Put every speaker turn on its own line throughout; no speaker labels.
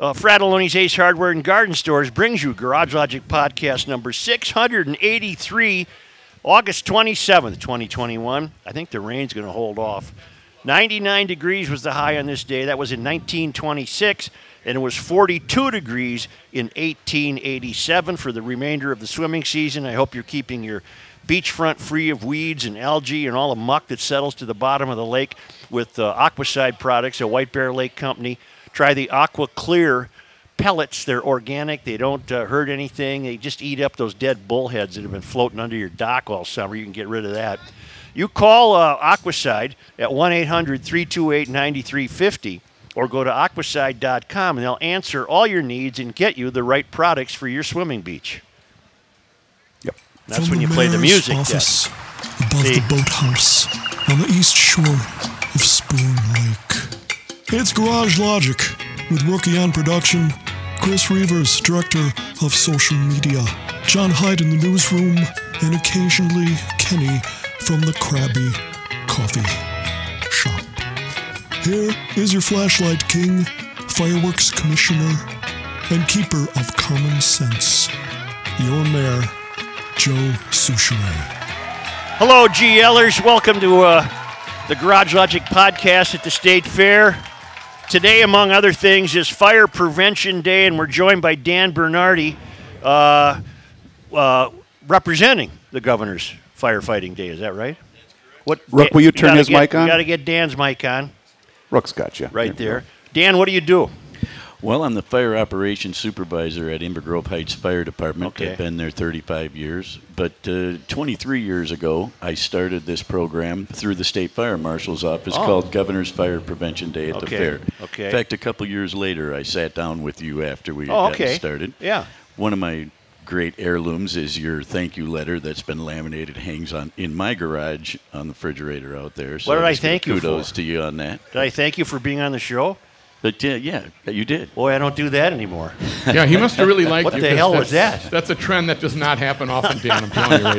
Uh, Fratelloni's Ace Hardware and Garden Stores brings you Garage Logic Podcast number 683, August 27th, 2021. I think the rain's going to hold off. 99 degrees was the high on this day. That was in 1926, and it was 42 degrees in 1887 for the remainder of the swimming season. I hope you're keeping your beachfront free of weeds and algae and all the muck that settles to the bottom of the lake with uh, Aquaside products, a White Bear Lake company. Try the Aqua Clear pellets. They're organic. They don't uh, hurt anything. They just eat up those dead bullheads that have been floating under your dock all summer. You can get rid of that. You call uh, Aquaside at 1 800 328 9350 or go to aquaside.com and they'll answer all your needs and get you the right products for your swimming beach.
Yep.
That's
From
when you play the
mayor's
music. Jeff.
Office, above
See?
the boathouse, on the east shore of Spoon Lake. It's Garage Logic with Rookie on Production, Chris Reavers, Director of Social Media, John Hyde in the newsroom, and occasionally Kenny from the Krabby Coffee Shop. Here is your flashlight king, fireworks commissioner, and keeper of common sense, your mayor, Joe Souchere.
Hello, GLers. Welcome to uh, the Garage Logic podcast at the State Fair. Today, among other things, is Fire Prevention Day, and we're joined by Dan Bernardi, uh, uh, representing the governor's firefighting day. Is that right? What,
Rook, will you turn
gotta
his
get-
mic on?
You got to get Dan's mic on
Rook's got you.
right
you
there. Dan, what do you do?
Well, I'm the fire operations supervisor at Amber Grove Heights Fire Department.
Okay.
I've been there 35 years, but uh, 23 years ago, I started this program through the State Fire Marshal's office
Oh.
called Governor's Fire Prevention Day at
Okay,
the fair.
okay.
In fact, a couple years later, I sat down with you after we had
Oh,
gotten
okay.
started.
Yeah.
One of my great heirlooms is your thank you letter that's been laminated, hangs on in my garage on the refrigerator out there. So
What did I
just give
thank you
Kudos
for?
to you on that.
Did I thank you for being on the show?
But yeah, yeah, you did.
Boy, I don't do that anymore.
Yeah, he must have really liked
What
you,
the
'cause
hell was
that's-
that?
That's a trend that does not happen often, Dan. I'm telling you right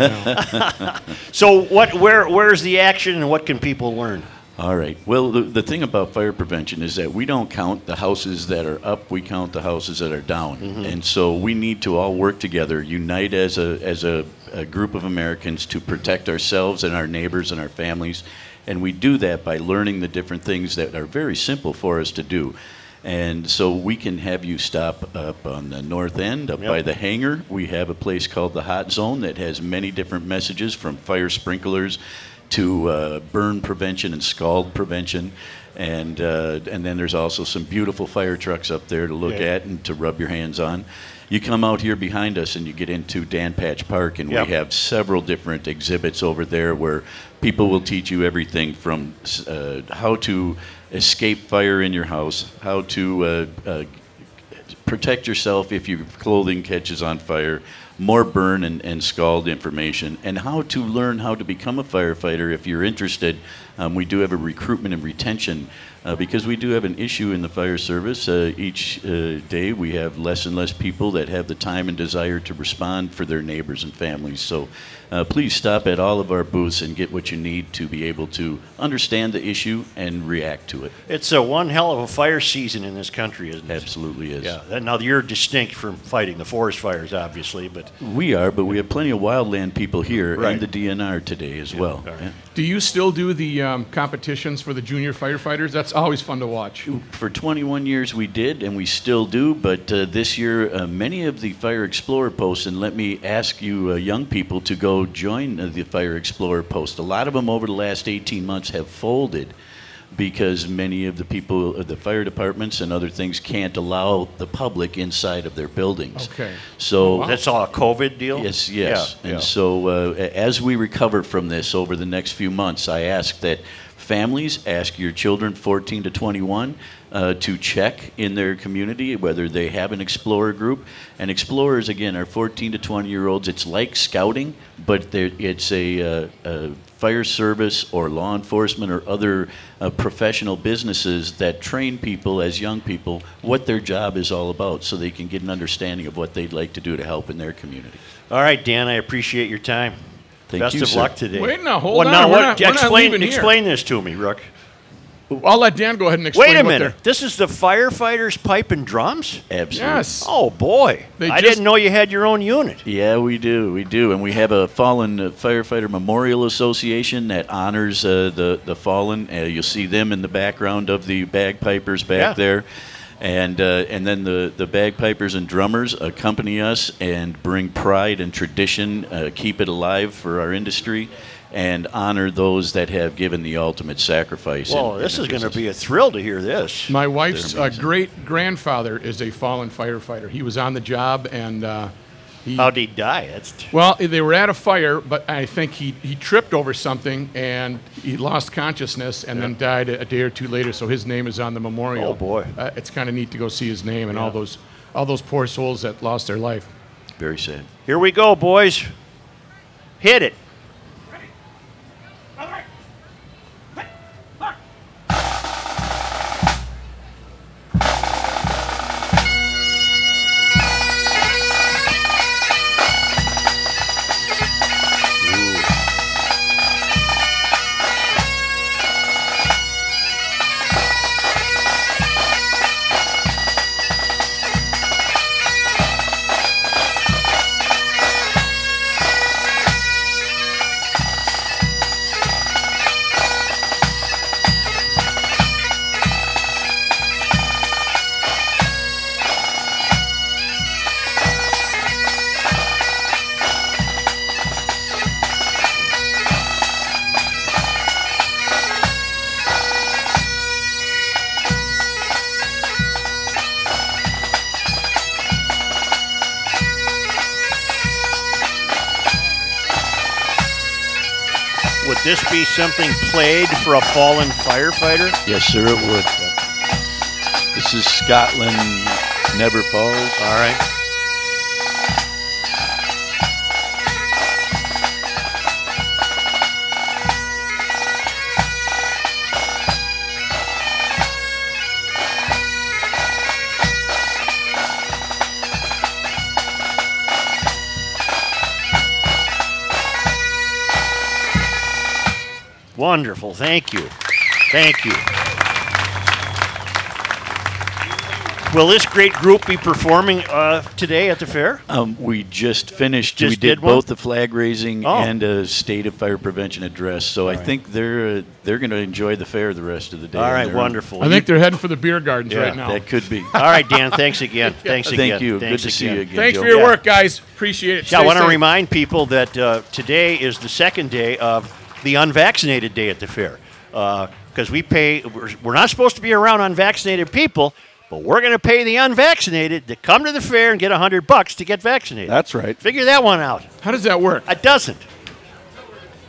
now.
So, what? Where? Where's the action, and what can people learn?
All right. Well, the, the thing about fire prevention is that we don't count the houses that are up; we count the houses that are down.
Mm-hmm.
And so we need to all work together, unite as a as a, a group of Americans to protect ourselves and our neighbors and our families. And we do that by learning the different things that are very simple for us to do. And so we can have you stop up on the north end, up by the hangar. We have a place called the Hot Zone that has many different messages from fire sprinklers to uh, burn prevention and scald prevention. And, uh, and then there's also some beautiful fire trucks up there to look
Yeah.
at and to rub your hands on. You come out here behind us and you get into Dan Patch Park, and
Yep.
we have several different exhibits over there where people will teach you everything from uh, how to escape fire in your house, how to uh, uh, protect yourself if your clothing catches on fire, more burn and, and scald information, and how to learn how to become a firefighter if you're interested. Um, we do have a recruitment and retention uh, because we do have an issue in the fire service. Uh, each uh, day we have less and less people that have the time and desire to respond for their neighbors and families. So uh, please stop at all of our booths and get what you need to be able to understand the issue and react to it.
It's a one hell of a fire season in this country, isn't it?
Absolutely is.
Yeah. that- Now you're distinct from fighting the forest fires, obviously, but
We are, but we have plenty of wildland people here
Right.
and the DNR today as well.
all right.
Yeah.
Do you still do the um, competitions for the junior firefighters? That's always fun to watch.
For 21 years, we did, and we still do. But uh, this year, uh, many of the Fire Explorer posts, and let me ask you, uh, young people, to go join uh, the Fire Explorer post. A lot of them over the last 18 months have folded because many of the people, uh, the fire departments, and other things can't allow the public inside of their buildings.
Okay.
So
that's all a COVID deal.
Oh, Yes, yes.
Yeah,
and
yeah.
so, uh, a- as we recover from this over the next few months, I ask that families ask your children 14 to 21 uh, to check in their community whether they have an explorer group. And explorers, again, are 14 to 20 year olds. It's like scouting, but they're- it's a, uh, a fire service or law enforcement or other uh, professional businesses that train people as young people what their job is all about so they can get an understanding of what they'd like to do to help in their community.
All right, Dan, I appreciate your time.
Thank
Best
you,
of
sir.
luck today.
Wait, now, hold
Well,
on.
now
We're
what-
not- we're not
explain,
leaving here.
explain this to me, Rook.
I'll let Dan go ahead and explain.
Wait a
what
minute. This is the firefighters' pipe and drums.
they're-
Absolutely.
Yes.
Oh boy!
They
I
just-
didn't know you had your own unit.
Yeah, we do. We do. And we have a Fallen uh, Firefighter Memorial Association that honors uh, the, the fallen. Uh, you'll see them in the background of the bagpipers back
Yeah.
there. And, uh, and then the, the bagpipers and drummers accompany us and bring pride and tradition, uh, keep it alive for our industry, and honor those that have given the ultimate sacrifice. in-
Well,
in
this
the
is going to
business.
be a thrill to hear this.
My wife's
They're
uh,
amazing.
great grandfather is a fallen firefighter. He was on the job and uh, he.
How'd he die? That's
Well, they were at a fire, but I think he, he tripped over something and he lost consciousness and then died a, a day or two later. So his name is on the memorial.
Oh, boy.
Uh, it's kind of neat to go see his name and all those all those poor souls that lost their life.
very sad.
here we go, boys. Hit it. Would this be something played for a fallen firefighter?
Yes, sir, it would. This is Scotland Never Falls.
All right. Wonderful. Thank you. Thank you. Will this great group be performing uh, today at the fair?
Um, we just finished.
Just
we
did
did,
one?
both the flag raising
Oh.
and a state of fire prevention address. So I think they're uh, they're going to enjoy the fair the rest of the day.
All right,
They're-
wonderful.
I think they're heading for the beer gardens
Yeah,
right now.
That could be.
All right, Dan. Thanks again. Thanks
Thank
again.
you.
Thanks
Good to see you again.
Thanks
Joe.
for your
Yeah.
work, guys. Appreciate it.
Yeah, I
Stay
want to
safe.
remind people that uh, today is the second day of the unvaccinated day at the fair because we pay. We're, we're not supposed to be around unvaccinated people, but we're going to pay the unvaccinated to come to the fair and get hundred bucks to get vaccinated.
That's right.
Figure that one out.
How does that work?
It doesn't.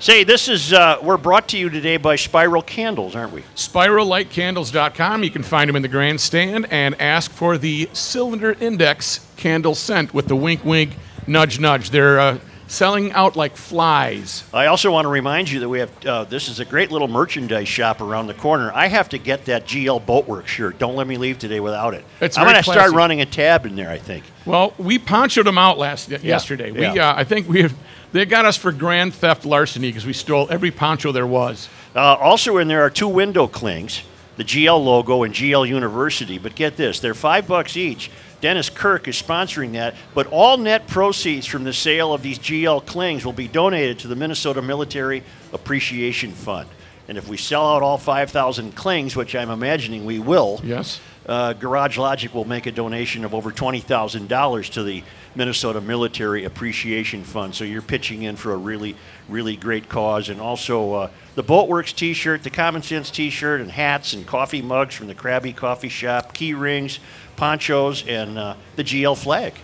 Say, this is uh, we're brought to you today by Spiral Candles, aren't we?
SpiralLightCandles.com. You can find them in the grandstand and ask for the Cylinder Index candle scent with the wink, wink, nudge, nudge. They're uh, selling out like flies.
I also want to remind you that we have uh, this is a great little merchandise shop around the corner. I have to get that GL Boatworks shirt. Don't let me leave today without it.
It's
I'm
very
gonna start
classy.
running a tab in there. I think.
Well, we ponchoed them out last yesterday. We,
yeah.
uh, I think we have, they got us for grand theft larceny because we stole every poncho there was.
Uh, also in there are two window clings, the GL logo and GL University. But get this, they're five bucks each. Dennis Kirk is sponsoring that, but all net proceeds from the sale of these GL clings will be donated to the Minnesota Military Appreciation Fund. And if we sell out all 5,000 clings, which I'm imagining we will,
Yes.
uh, Garage Logic will make a donation of over $20,000 to the Minnesota Military Appreciation Fund. So you're pitching in for a really, really great cause. And also uh, the Boatworks t shirt, the Common Sense t shirt, and hats and coffee mugs from the Krabby Coffee Shop, key rings, ponchos, and uh, the GL flag.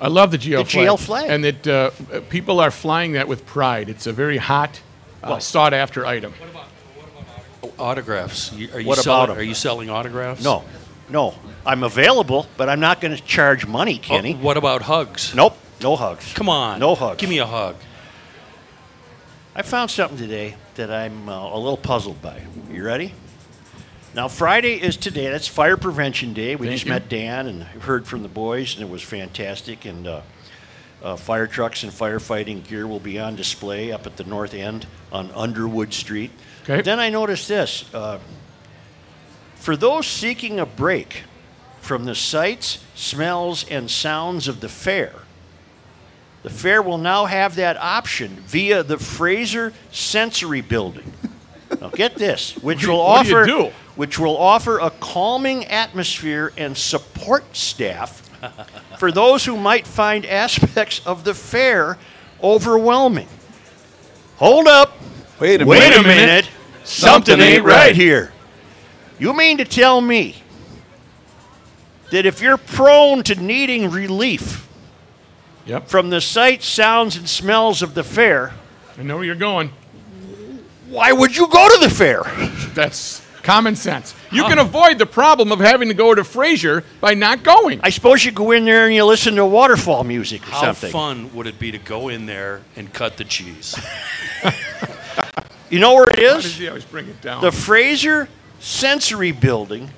I love the
The
GL flag.
GL flag.
And that uh, people are flying that with pride. It's a very hot, uh, sought after item.
Autographs. You- Are you
What about
selling,
'em?
Are you selling autographs?
No, no. I'm available, but I'm not going to charge money,
Oh,
Kenny.
what about hugs?
Nope, no hugs.
Come on.
No hugs.
Give me a hug.
I found something today that I'm uh, a little puzzled by. You ready? Now, Friday is today. That's Fire Prevention Day. We just met Dan and heard from the boys, and it was fantastic. And uh, uh, fire trucks and firefighting gear will be on display up at the north end on Underwood Street.
Okay.
Then I noticed this. Uh, For those seeking a break from the sights, smells, and sounds of the fair, the fair will now have that option via the Fraser Sensory Building. Now get this, which will
What do you
offer
do?
which will offer a calming atmosphere and support staff for those who might find aspects of the fair overwhelming. Hold up.
Wait a
Wait a
minute.
minute. Something ain't right here. You mean to tell me that if you're prone to needing relief
Yep.
from the sights, sounds, and smells of the fair,
I know where you're going.
why would you go to the fair?
That's common sense. You can avoid the problem of having to go to Fraser by not going.
I suppose you go in there and you listen to waterfall music or
How
something.
fun would it be to go in there and cut the cheese?
You know where it
How does
is?
he always bring it down?
The Fraser Sensory Building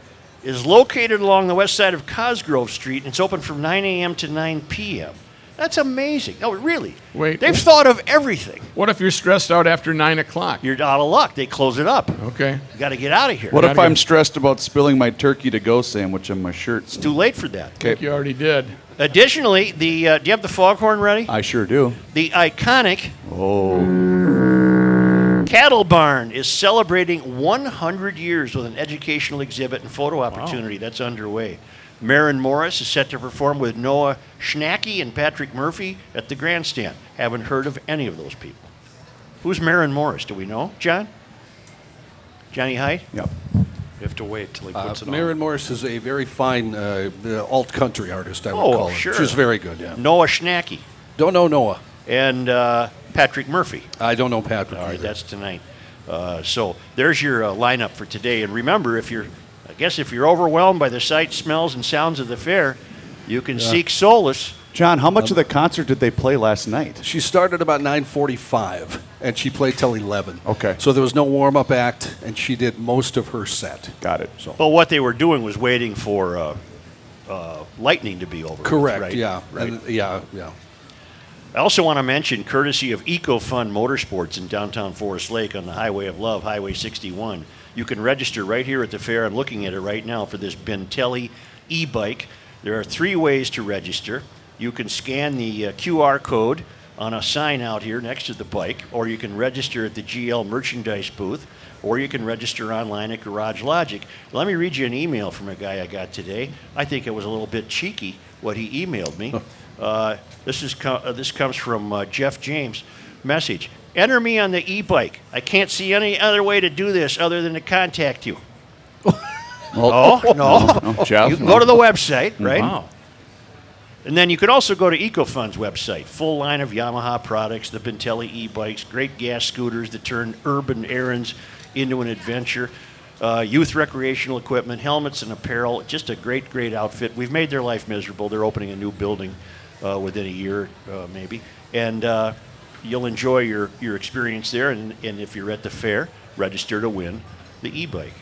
is located along the west side of Cosgrove Street, and it's open from 9 a.m. to 9 p.m. That's amazing. No, really.
Wait.
They've thought of everything.
what if you're stressed out after nine o'clock?
You're out of luck. They close it up. You
okay.
got to get out of here.
What if
Gotta
I'm
go.
stressed about spilling my turkey to go sandwich on my shirt?
Too late for that.
Okay,
You already did.
Additionally, the uh, do you have the foghorn ready?
I sure do.
The iconic
Oh,
Cattle Barn is celebrating 100 years with an educational exhibit and photo opportunity that's underway. Marin Morris is set to perform with Noah Schnacky and Patrick Murphy at the grandstand. Haven't heard of any of those people. Who's Marin Morris? Do we know? John? Johnny Hyde?
yep.
You have to wait till he
Uh,
puts it on.
Maren Morris is a very fine uh, uh, alt country artist, I would
Oh,
call her.
sure.
She's very good, yeah.
Noah Schnacky
Don't know Noah.
and uh, Patrick Murphy.
I don't know Patrick.
All right,
either.
that's tonight. Uh, so there's your uh, lineup for today. And remember, if you're, I guess, if you're overwhelmed by the sights, smells, and sounds of the fair, you can seek solace.
John, how much of the concert did they play last night?
Um, She started about 9:45 and she played till 11.
Okay.
So there was no warm-up act and she did most of her set.
Got it.
So
But what they were doing was waiting for uh, uh, lightning to be over. with,
correct,
right?
yeah.
Right.
And- yeah, yeah.
I also want to mention, courtesy of EcoFun Motorsports in downtown Forest Lake on the Highway of Love, Highway 61, you can register right here at the fair. I'm looking at it right now for this Bentelli e bike. There are three ways to register. You can scan the uh, QR code on a sign out here next to the bike, or you can register at the GL merchandise booth, or you can register online at Garage Logic. Let me read you an email from a guy I got today. I think it was a little bit cheeky what he emailed me. Uh, this is co- uh, this comes from uh, Jeff James. Message: Enter me on the e-bike. I can't see any other way to do this other than to contact you.
Oh,
no.
no, Mm-hmm. Jeff.
You can go to the website, right?
Wow.
And then you can also go to EcoFund's website. Full line of Yamaha products, the Bentelli e-bikes, great gas scooters that turn urban errands into an adventure, uh, youth recreational equipment, helmets and apparel. Just a great, great outfit. We've made their life miserable. They're opening a new building uh, within a year, uh, maybe, and uh, you'll enjoy your your experience there. And, and if you're at the fair, register to win the e-bike.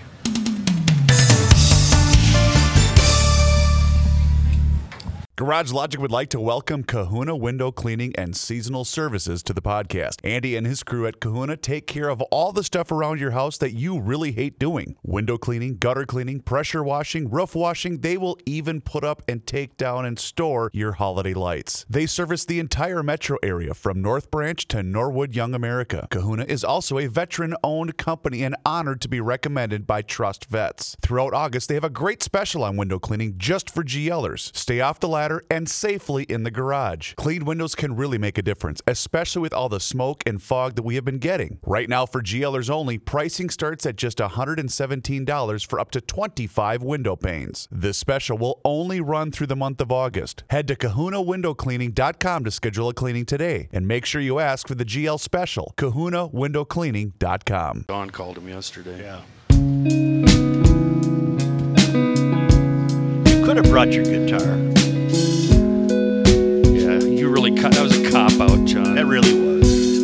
Garage Logic would like to welcome Kahuna Window Cleaning and Seasonal Services to the podcast. Andy and his crew at Kahuna take care of all the stuff around your house that you really hate doing window cleaning, gutter cleaning, pressure washing, roof washing. They will even put up and take down and store your holiday lights. They service the entire metro area from North Branch to Norwood Young America. Kahuna is also a veteran owned company and honored to be recommended by Trust Vets. Throughout August, they have a great special on window cleaning just for GLers. Stay off the ladder and safely in the garage. Clean windows can really make a difference, especially with all the smoke and fog that we have been getting. Right now, for GLers only, pricing starts at just $117 for up to 25 window panes. This special will only run through the month of August. Head to kahunawindowcleaning.com to schedule a cleaning today and make sure you ask for the GL special. kahunawindowcleaning.com.
Don called him yesterday. Yeah.
You could have brought your guitar.
Yeah. You really cut. That was a cop out, John.
That really was.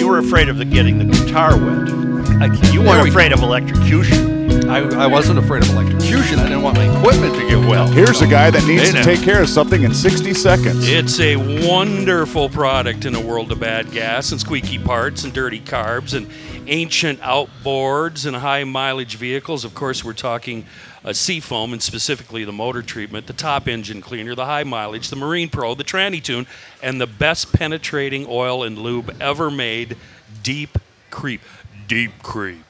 You were afraid of the getting the guitar wet. you
There
weren't
we
afraid of electrocution.
I, I wasn't afraid of electrocution. I didn't want my equipment to get well.
Here's a guy that needs
Hey,
to
now.
take care of something in 60 seconds.
It's a wonderful product in a world of bad gas and squeaky parts and dirty carbs and ancient outboards and high mileage vehicles. Of course, we're talking uh, seafoam and specifically the motor treatment, the top engine cleaner, the high mileage, the Marine Pro, the Tranny Tune, and the best penetrating oil and lube ever made, Deep Creep. Deep Creep.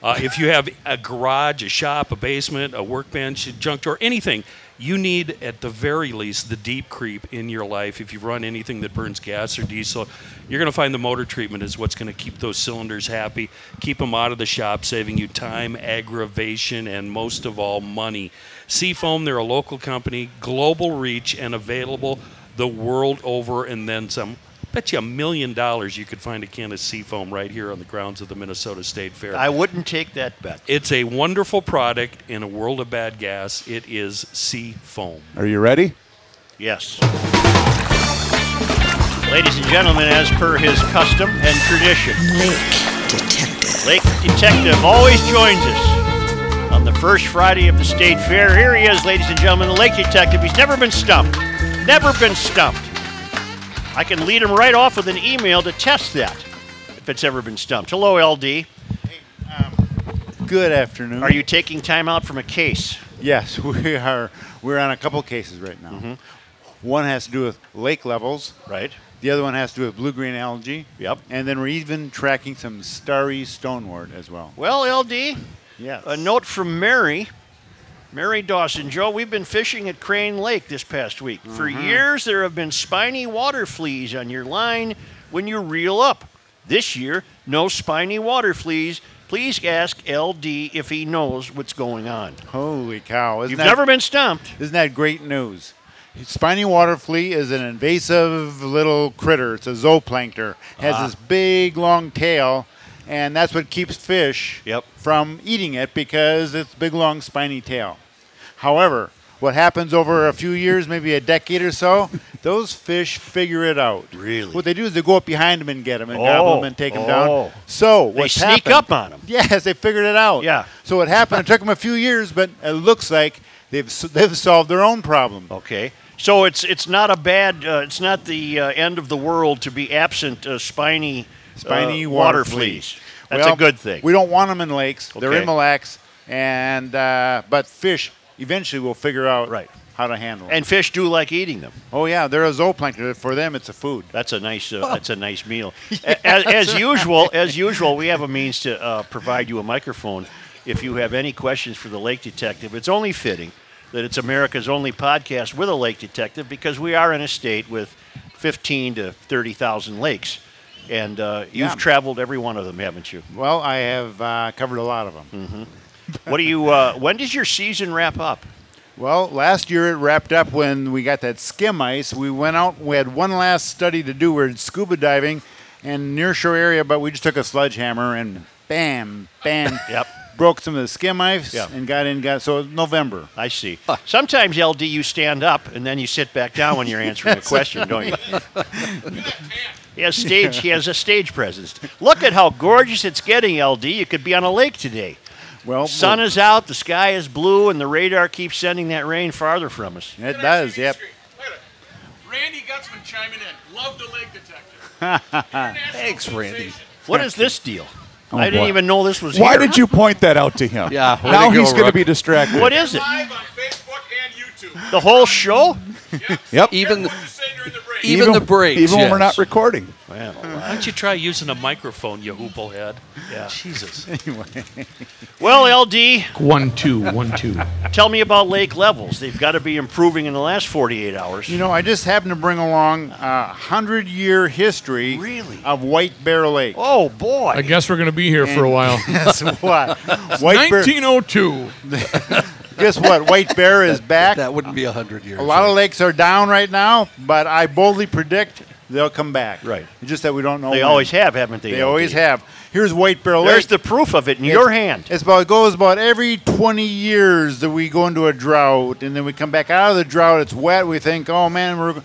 Uh, if you have a garage, a shop, a basement, a workbench, a junk drawer, anything, you need at the very least the deep creep in your life. If you run anything that burns gas or diesel, you're going to find the motor treatment is what's going to keep those cylinders happy, keep them out of the shop, saving you time, aggravation, and most of all, money. Seafoam, they're a local company, global reach, and available the world over and then some. Bet you a million dollars you could find a can of seafoam right here on the grounds of the Minnesota State Fair.
I wouldn't take that bet.
It's a wonderful product in a world of bad gas. It is sea foam.
Are you ready?
Yes. Ladies and gentlemen, as per his custom and tradition,
Lake Detective.
Lake Detective always joins us on the first Friday of the State Fair. Here he is, ladies and gentlemen, the Lake Detective. He's never been stumped. Never been stumped. I can lead him right off with an email to test that if it's ever been stumped. Hello, LD.
um, Good afternoon.
Are you taking time out from a case?
Yes, we are. We're on a couple cases right now. One has to do with lake levels.
Mm-hmm. Right.
The other one has to do with blue-green algae.
Yep.
And then we're even tracking some starry stonewort as well.
Well, LD,
Yes.
a note from Mary. Mary Dawson, Joe, we've been fishing at Crane Lake this past week. For
Mm-hmm.
years, there have been spiny water fleas on your line when you reel up. This year, no spiny water fleas. Please ask LD if he knows what's going on.
Holy cow! Isn't
You've
that,
never been stumped.
Isn't that great news? Spiny water flea is an invasive little critter. It's a zooplankton. Has
Uh-huh.
this big long tail, and that's what keeps fish
Yep.
from eating it because it's big long spiny tail. However, what happens over a few years, maybe a decade or so, those fish figure it out.
Really?
What they do is they go up behind them and get them and gobble
Oh,
them and take them
oh.
down. So what
They sneak
happened-
up on 'em.
Yes, they figured it out.
Yeah.
So what happened? It took them a few years, but it looks like they've s- they've solved their own problem.
Okay. So it's it's not a bad, uh, it's not the uh, end of the world to be absent uh, spiny,
Spiny
uh,
water
fleas.
fleas.
That's
Well,
a good thing.
We don't want them in lakes. They're
Okay.
in Mille Lacs, and uh, but fish eventually will figure out
Right.
how to handle them.
and fish do like eating them.
oh yeah, they're a zooplankton. For them, it's a food. Oh.
That's a nice. Uh, That's a nice meal. A- as, as usual, as usual, we have a means to uh, provide you a microphone. If you have any questions for the Lake Detective, it's only fitting that it's America's only podcast with a Lake Detective because we are in a state with 15 to 30,000 lakes, and uh, you've
Yeah.
traveled every one of them, haven't you? Mm-hmm.
Well, I have uh, covered a lot of them.
What do you? Uh, when does your season wrap up?
Well, last year it wrapped up when we got that skim ice. We went out, we had one last study to do. We're scuba diving in nearshore area, but we just took a sledgehammer and bam, bam,
Yep.
broke some of the skim ice
Yeah.
and got in, got so November.
I see. Sometimes LD, you stand up and then you sit back down when you're answering a question, don't you? He has stage. He has a stage presence. Look at how gorgeous it's getting, LD. You could be on a lake today.
Well,
Sun is out, the sky is blue, and the radar keeps sending that rain farther from us.
it does, yep.
Randy Gutzman chiming in. Love the lake detective.
Thanks, Randy.
What is this deal? I didn't even know this was
Oh, Why
here.
did you point that out to him?
Yeah, way
Now
to go,
he's going to
Rook.
be distracted.
What is it?
Live on Facebook and YouTube.
The whole show?
Yep.
Even
you say during the break.
even, the breaks.
Even when we're
yes.
not recording.
Why don't you try using a microphone, you hooplehead? Yeah. Jesus.
Well, LD,
One two one two.
tell me about lake levels. They've got to be improving in the last 48 hours.
You know, I just happened to bring along a hundred year history
Really?
of White Bear Lake.
oh
I
boy!
guess we're gonna be here for a while.
Guess what? White Bear,
1902.
guess what? White Bear is back.
That wouldn't be a hundred years.
A lot of lakes are down right now, but I boldly predict they'll come back.
Right.
It's just that we don't know.
They
when.
always have, haven't they?
They
LD?
always have. Here's White Bear Lake.
There's the proof of it in
It's-
your hand.
It's about it goes about every 20 years that we go into a drought, and then we come back out of the drought. It's wet. We think, oh man, we're.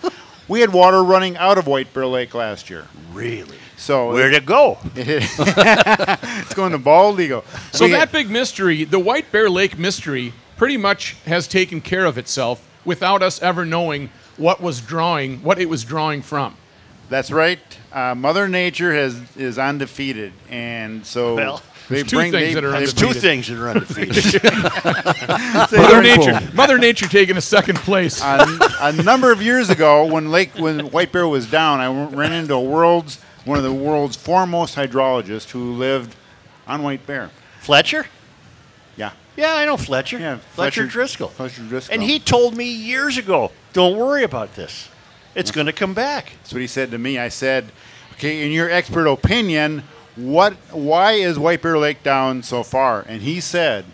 We had water running out of White Bear Lake last year,
Really?
so
Where'd it go?
it's going to Bald Eagle.
So
We-
that big mystery, the White Bear Lake mystery, pretty much has taken care of itself without us ever knowing what was drawing, what it was drawing from.
That's right. Uh, Mother Nature has is undefeated, and so
Well,
they
there's two
bring
things
they,
that are
they
undefeated.
bring-
There's two things that are undefeated.
They
Mother
bring-
Nature, Mother Nature taking a second place.
a, a number of years ago, when Lake when White Bear was down, I w- ran into a world's one of the world's foremost hydrologists who lived on White Bear.
Fletcher.
Yeah.
Yeah, I know Fletcher.
Yeah,
Fletcher,
Fletcher-
Driscoll.
Fletcher Driscoll.
And he told me years ago, don't worry about this. It's going to come back.
That's what he said to me. I said, "Okay, in your expert opinion, what? Why is White Bear Lake down so far?" And he said,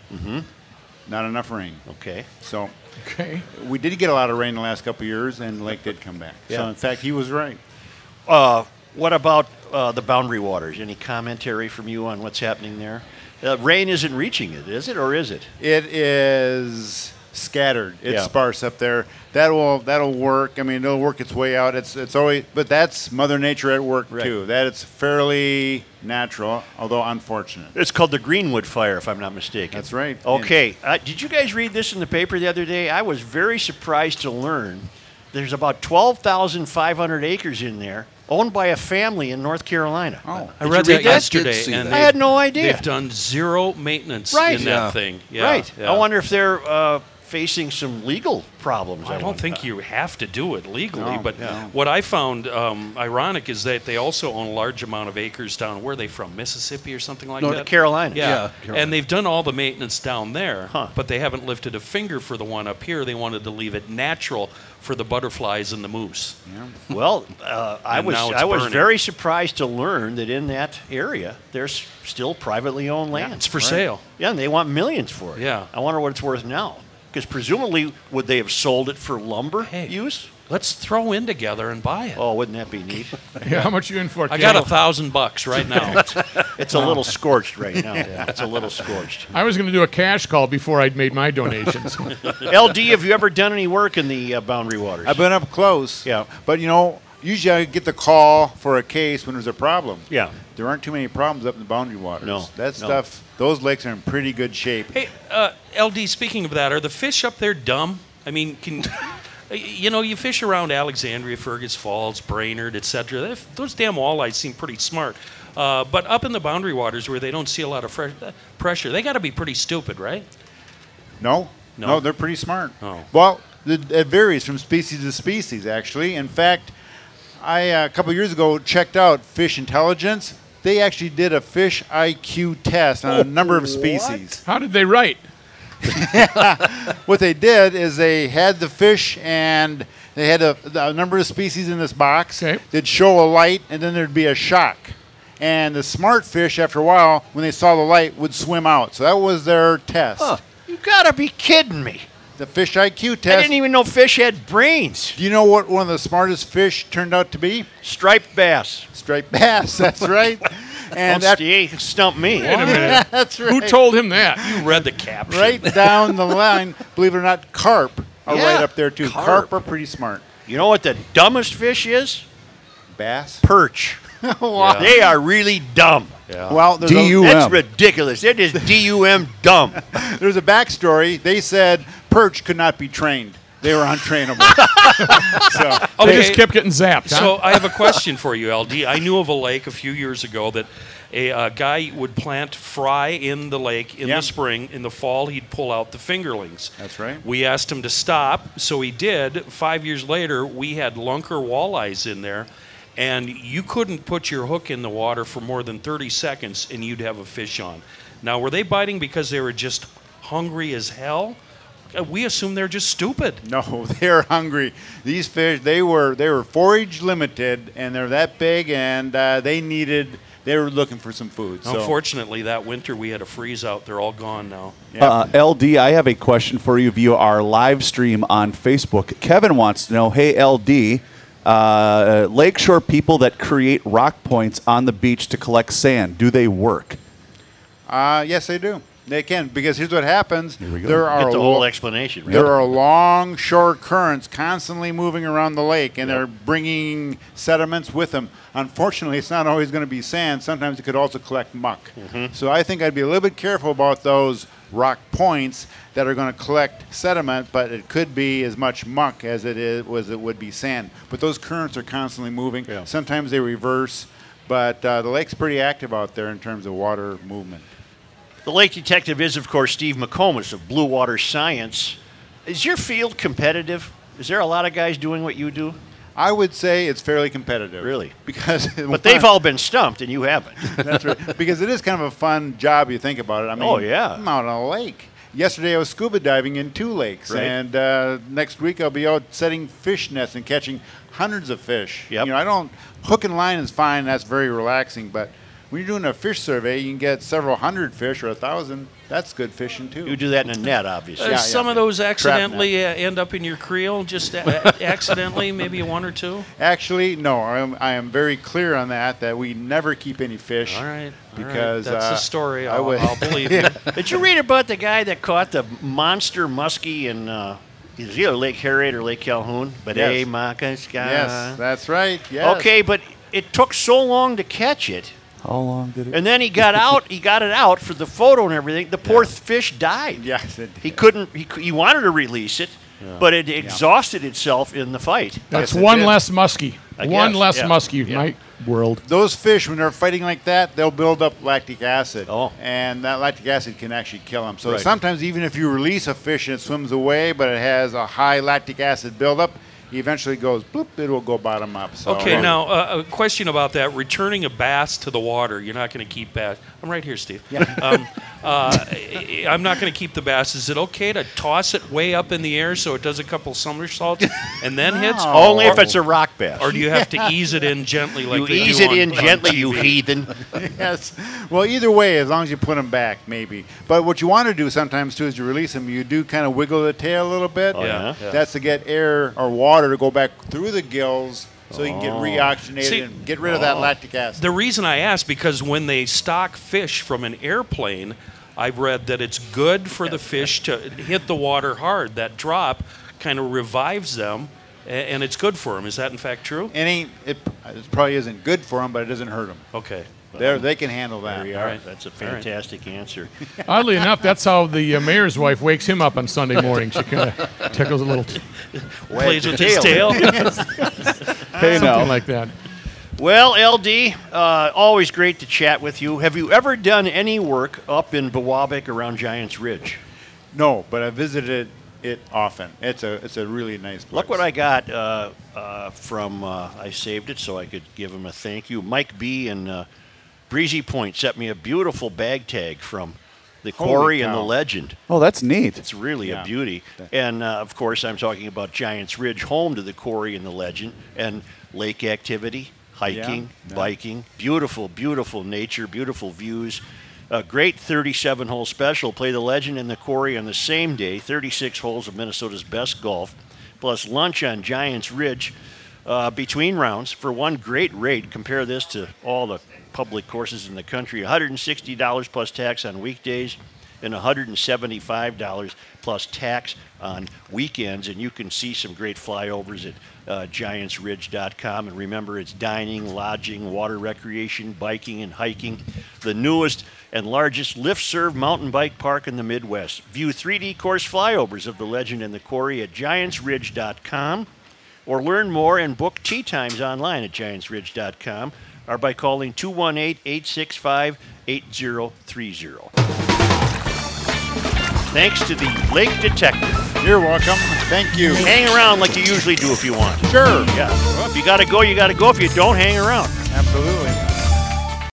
"Not enough rain."
Mm-hmm. Okay.
So
Okay.
we did get a lot of rain the last couple of years, and the lake did come back. So
Yeah.
in fact, he was right.
Uh, what about uh, the boundary waters? Any commentary from you on what's happening there? Uh, rain isn't reaching it, is it, or is it?
It is scattered. It's
Yeah.
sparse up there. That will that'll work. I mean, it'll work its way out. It's it's always, but that's Mother Nature at work
Right.
too. That it's fairly natural, although unfortunate.
It's called the Greenwood Fire, if I'm not mistaken.
That's right.
Okay. Uh, did you guys read this in the paper the other day? I was very surprised to learn there's about 12,500 acres in there owned by a family in North Carolina.
Oh.
I read
you
that
read that? I
yesterday,
did see
and
that. I
had
they've-
no idea.
They've done zero maintenance
Right.
in
Yeah.
that thing. Yeah,
right.
yeah.
I wonder if they're uh, facing some legal problems.
I don't
wonder.
think you have to do it legally,
No,
but
no.
what I found um, ironic is that they also own a large amount of acres down. Where are they from? Mississippi or something like
North
that?
Carolina.
Yeah.
Yeah,
and they've done all the maintenance down there,
Huh.
but they haven't lifted a finger for the one up here. They wanted to leave it natural for the butterflies and the moose.
Well, uh, I
And
was
now it's
I was
burning.
very surprised to learn that in that area there's still privately owned land.
it's for sale.
Yeah, and they want millions for it.
Yeah.
I wonder what it's worth now. Because presumably, would they have sold it for lumber
Hey.
use?
Let's throw in together and buy it.
Oh, wouldn't that be neat?
Yeah, how much you in for?
I got a
Kendall?
thousand bucks right now.
It's a little scorched right now. It's a little scorched.
I was going to do a cash call before I'd made my donations.
LD, have you ever done any work in the uh, Boundary Waters?
I've been up close.
Yeah.
But you know, usually I get the call for a case when there's a problem.
Yeah.
There aren't too many problems up in the boundary waters.
No,
That
no.
stuff. Those lakes are in pretty good shape.
Hey, uh, LD, speaking of that, are the fish up there dumb? I mean, can you know you fish around Alexandria, Fergus Falls, Brainerd, etc. They- Those damn walleyes seem pretty smart, uh, but up in the boundary waters where they don't see a lot of fresh, uh, pressure, they got to be pretty stupid, right?
No,
No?
no, they're pretty smart.
Oh.
Well, it, it varies from species to species, actually. In fact, I uh, a couple years ago checked out Fish Intelligence. They actually did a fish IQ test on a Uh, number of species.
how did they write?
What they did is they had the fish and they had a, a number of species in this box.
Okay.
They'd show a light and then there'd be a shock. And the smart fish, after a while, when they saw the light, would swim out. So that was their test.
you gotta be kidding me!
The fish IQ
I
test.
didn't even know fish had brains.
Do you know what one of the smartest fish turned out to be?
Striped bass.
Striped bass. That's right. And
Don't
that,
st- stump me.
Wait a minute.
that's right.
Who told him that?
You read the caption.
right down the line? Believe it or not, carp are
Yeah,
right up there too.
carp.
Carp. are pretty smart.
You know what the dumbest fish is?
Bass.
Perch. They are really dumb.
Well, there's
DU.
a,
That's
Um.
ridiculous. That is DUM dumb.
there's a backstory. They said perch could not be trained. They were untrainable. so
Oh, They just kept getting zapped. huh?
So I have a question for you, LD. I knew of a lake a few years ago that a uh, guy would plant fry in the lake in
Yeah.
the spring. In the fall, he'd pull out the fingerlings.
That's right.
We asked him to stop, so he did. Five years later, we had lunker walleyes in there, and you couldn't put your hook in the water for more than 30 seconds, and you'd have a fish on. Now, were they biting because they were just hungry as hell? Uh, We assume they're just stupid.
No, they're hungry. These fish, they were they were forage limited, and they're that big, and uh, they needed they were looking for some food.
Oh,
So
Unfortunately, that winter we had a freeze out. They're all gone now.
Uh, LD, I have a question for you via our live stream on Facebook. Kevin wants to know Hey, LD, uh, lakeshore people that create rock points on the beach to collect sand, do they work?
uh, yes, they do. They can because here's what happens.
we go.
There are
Get the
lo-
whole explanation. right?
There are longshore currents constantly moving around the lake, and they're bringing sediments with them. Unfortunately, it's not
Mm-hmm.
always going to be sand. Sometimes it could also collect muck. So I think I'd be a little bit careful about those rock points that are going to collect sediment, but it could be as much muck as it is was it would be sand. But those currents are constantly moving. Sometimes they reverse, but uh, the lake's pretty active out there in terms of water movement.
The lake detective is, of course, Steve McComas of Blue Water Science. Is your field competitive? Is there a lot of guys doing what you do?
I would say it's fairly competitive.
Really?
Because
But they've all been stumped, and you haven't.
That's right. Because it is kind of a fun job. You think about it. I mean,
Oh, yeah.
I'm out on a lake. Yesterday I was scuba diving in two lakes,
Right.
and uh, next week I'll be out setting fish nets and catching hundreds of fish.
Yep.
You know, I don't hook and line is fine. That's very relaxing, but when you're doing a fish survey, you can get several hundred fish or a thousand. That's good fishing too.
You do that in a net, obviously.
Uh, some of those accidentally uh, end up in your creel, just a- accidentally, maybe one or two.
Actually, no. I am, I am very clear on that. That we never keep any fish.
All right, all right.
Because
That's the
uh,
story.
I
I'll-
would-
I'll believe
Yeah.
you.
Did you read about the guy that caught the monster muskie in uh, it was either Lake Harriet or Lake Calhoun? But
Yes.
hey, Makaska.
Yes, that's right. Yes.
Okay, but it took so long to catch it,
How long did it?
and then he got out. He got it out for the photo and everything. The poor fish died.
Yes. It,
He couldn't. He, cou- he wanted to release it, but it exhausted itself in the fight.
That's
Yes, it
one
did.
less muskie.
I
One
guess,
less
yeah,
muskie,
yeah.
Mike. World.
those fish, when they're fighting like that, they'll build up lactic acid.
Oh.
And that lactic acid can actually kill them. So
Right.
sometimes, even if you release a fish and it swims away, but it has a high lactic acid buildup, he eventually goes bloop, it will go bottom up. So
Okay, now uh, a question about that. Returning a bass to the water, you're not going to keep bass. I'm right here, Steve. Um, uh, I- I'm not going to keep the bass. Is it okay to toss it way up in the air so it does a couple somersaults and then hits?
No.
Only if
Or-
it's a rock bass.
Or do you have to ease it in gently like
you
they
ease
do
it
on-
in
on
gently, you
TV?
heathen.
yes. Well, either way, as long as you put them back, maybe. But what you want to do sometimes too is you release them. You do kind of wiggle the tail a little bit.
Oh, yeah? Yeah.
That's to get air or water to go back through the gills, so you can
Oh.
get reoxygenated
Oh. See- oh.
and get rid of that lactic acid.
The reason I ask because when they stock fish from an airplane, I've read that it's good for the fish to hit the water hard. That drop kind of revives them, a- and it's good for them. Is that in fact true?
It ain't. It, it probably isn't good for them, but it doesn't hurt them.
Okay.
They they can handle that.
All right, that's a
right.
fantastic answer.
Oddly enough, that's how the uh, mayor's wife wakes him up on Sunday morning. She kind of tickles a little,
Plays with his tail.
Hey,
something
now.
like that.
Well, LD, uh, always great to chat with you. Have you ever done any work up in Bawabik around Giants Ridge?
No, but I visited it often. It's a it's a really nice place.
Look what I got uh, uh, from, uh, I saved it so I could give him a thank you. Mike B. in uh, Breezy Point sent me a beautiful bag tag from the
Holy
quarry and the
cow.
legend.
Oh, that's neat.
It's really a
Yeah.
beauty. And uh, of course, I'm talking about Giants Ridge, home to the quarry and the legend, and lake activity, hiking,
Yeah.
biking, beautiful, beautiful nature, beautiful views. A great 37 hole special. Play the legend and the quarry on the same day. 36 holes of Minnesota's best golf, plus lunch on Giants Ridge uh, between rounds for one great rate. Compare this to all the public courses in the country $160 plus tax on weekdays and $175 plus tax on weekends. And you can see some great flyovers at uh, giantsridge.com. And remember, it's dining, lodging, water recreation, biking, and hiking. The newest and largest lift serve mountain bike park in the Midwest. View 3D course flyovers of the legend and the quarry at giantsridge.com or learn more and book tea times online at giantsridge.com or by calling 218-865-8030. Thanks to the Lake Detective.
You're welcome. Thank you.
Hang around like you usually do if you want.
Sure.
Yeah. If you got to go, you got to go. If you don't, hang around.
Absolutely.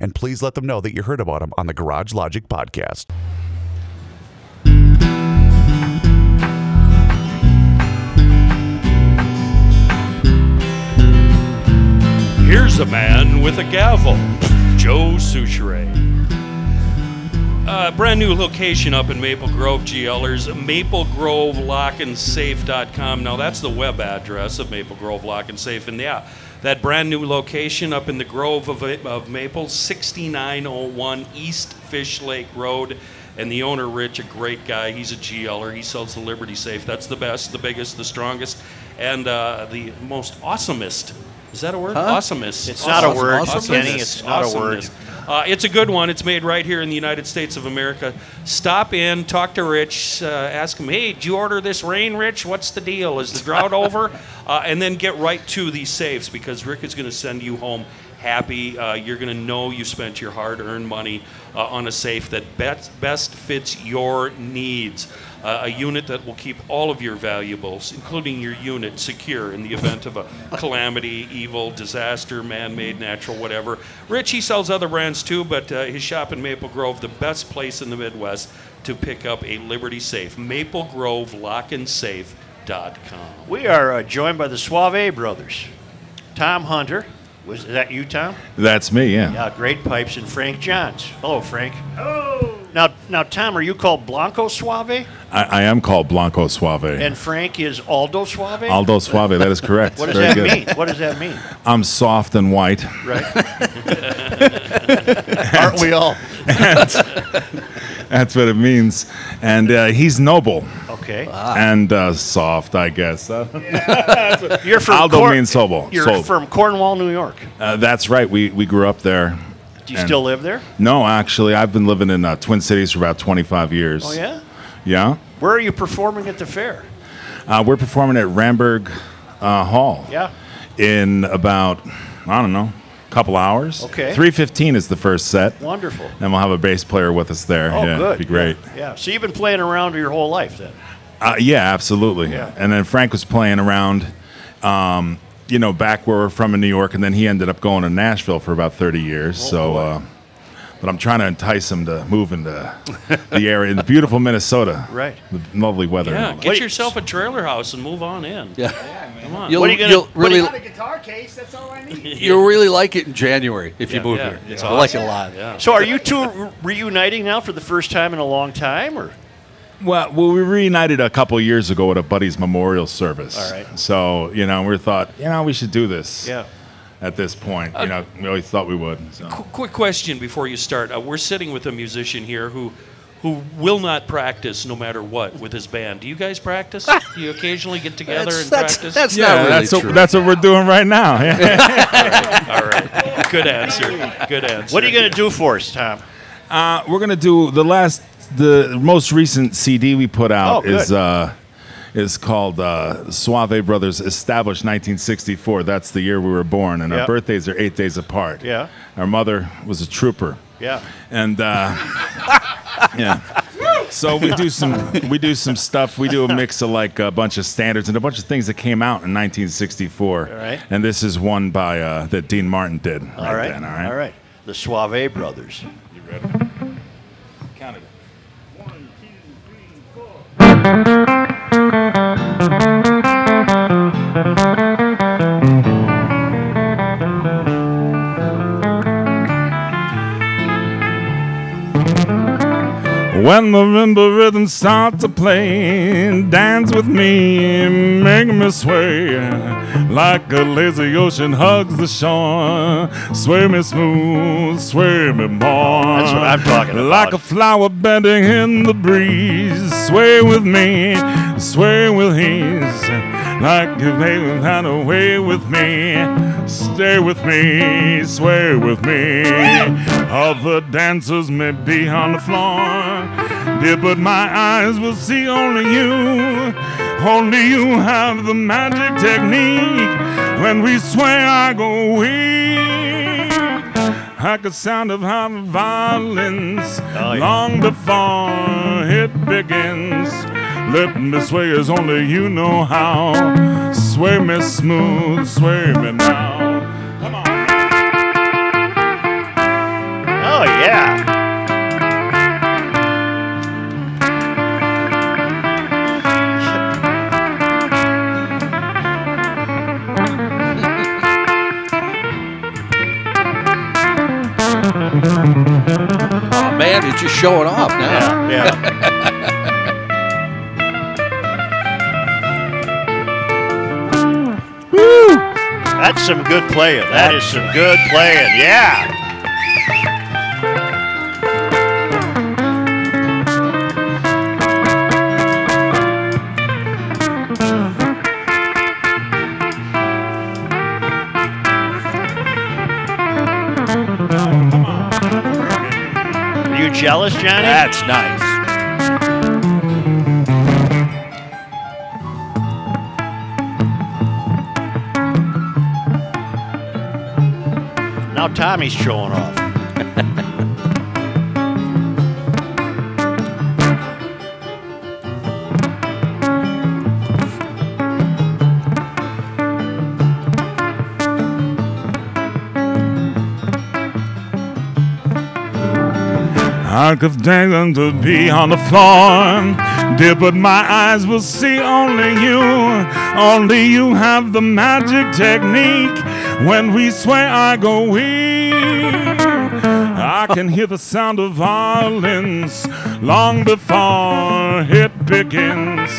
And please let them know that you heard about them on the Garage Logic podcast.
Here's a man with a gavel, Joe Souchere. Uh, brand new location up in Maple Grove, GLers, maplegrovelockandsafe.com. Now, that's the web address of Maple Grove Lock and Safe. And yeah, that brand new location up in the Grove of, of Maple, 6901 East Fish Lake Road. And the owner, Rich, a great guy. He's a GLer. He sells the Liberty Safe. That's the best, the biggest, the strongest, and uh, the most awesomest. Is that a word?
Huh?
Awesomest.
It's not a word, Kenny. It's not a word.
Awesomeness. Uh, it's a good one. It's made right here in the United States of America. Stop in, talk to Rich, uh, ask him, hey, did you order this rain, Rich? What's the deal? Is the drought over? Uh, and then get right to these safes because Rick is going to send you home happy. Uh, you're going to know you spent your hard earned money uh, on a safe that best, best fits your needs. Uh, a unit that will keep all of your valuables, including your unit, secure in the event of a calamity, evil, disaster, man made, natural, whatever. Rich, he sells other brands too, but uh, his shop in Maple Grove, the best place in the Midwest to pick up a Liberty safe. MapleGroveLockandSafe.com.
We are uh, joined by the Suave brothers. Tom Hunter. Was that you, Tom?
That's me, yeah.
Yeah, great pipes. And Frank Johns. Hello, Frank. Oh. Now, now, Tom, are you called Blanco Suave?
I, I am called Blanco Suave.
And Frank is Aldo Suave?
Aldo Suave, that is correct.
What does
Very
that
good.
mean? What does that mean?
I'm soft and white.
Right.
And- and- that's what it means. And uh, he's noble.
Okay.
And uh, soft, I guess. Uh,
You're from
Aldo
Cor-
means sobo.
You're
So-
from Cornwall, New York.
uh, that's right. We, we grew up there.
Do you
And-
still live there?
No, actually, I've been living in uh, Twin Cities for about 25 years.
Oh, yeah?
Yeah.
Where are you performing at the fair?
Uh, we're performing at Ramberg uh, Hall.
Yeah.
In about I don't know, a couple hours.
Okay.
Three fifteen is the first set.
Wonderful.
And we'll have a bass player with us there.
Oh,
yeah,
good.
Be great.
Yeah. So you've been playing around your whole life then?
Uh, yeah, absolutely.
Yeah.
And then Frank was playing around, um, you know, back where we're from in New York, and then he ended up going to Nashville for about 30 years.
Oh,
so, uh, but I'm trying to entice him to move into the area, in the beautiful Minnesota.
Right.
The lovely weather. and all
Yeah,
that.
get yourself a trailer house and move on in.
Yeah.
Come on.
You'll- What are you gonna- you'll what are you- really-
guitar case. That's all I need.
You'll really like it in January if
Yeah,
you move
yeah,
here.
it's
I like it a
awesome.
lot.
Yeah.
So are you two re- reuniting now for the first time in a long time, or
Well, well, we reunited a couple years ago at a buddy's memorial service.
All right.
So you know, we thought, you know, we should do this.
Yeah. Uh,
At this point, you know, we always thought we would. So.
Qu- quick question before you start. Uh, we're sitting with a musician here who who will not practice no matter what with his band. Do you guys practice? Do you occasionally get together
That's-
and
that's-
practice?
that's
Yeah,
not really
that's
true.
what, that's what we're doing right now. Yeah.
All right. Good answer. Good answer.
what are you going to do for us, Tom?
uh, we're gonna do the last, the most recent CD we put out
Oh, good.
is uh, is called uh, Suave Brothers Established 1964. That's the year we were born, and
Yeah.
our birthdays are eight days apart.
Yeah.
Our mother was a trooper.
Yeah.
and uh, yeah. So we do some we do some stuff. We do a mix of like a bunch of standards and a bunch of things that came out in 1964.
All right.
And this is one by uh, that Dean Martin did. Right
all right.
Then, all right.
All right. The Suave Brothers.
You ready? Count it.
Thank
When the rumba rhythm start to play, dance with me, make me sway. Like a lazy ocean hugs the shore, sway me smooth, sway me more.
That's what I'm talking about.
Like a flower bending in the breeze, sway with me, sway with ease. Like a baby had a way with me, stay with me, sway with me. Other dancers may be on the floor, dear, but my eyes will see only you. Only you have the magic technique. When we sway, I go weak. I could sound of high violins long before it begins. Let me sway as only you know how. Sway me smooth, sway me now.
Oh yeah.
Oh man, it's just showing off now.
Woo! That's some good playing. That is some good playing. Yeah. Are you jealous, Johnny? That's nice. Now Tommy's showing off.
I could dance and to be on the floor, dear, but my eyes will see only you. Only you have the magic technique. When we sway, I go weak. I can hear the sound of violins long before it begins.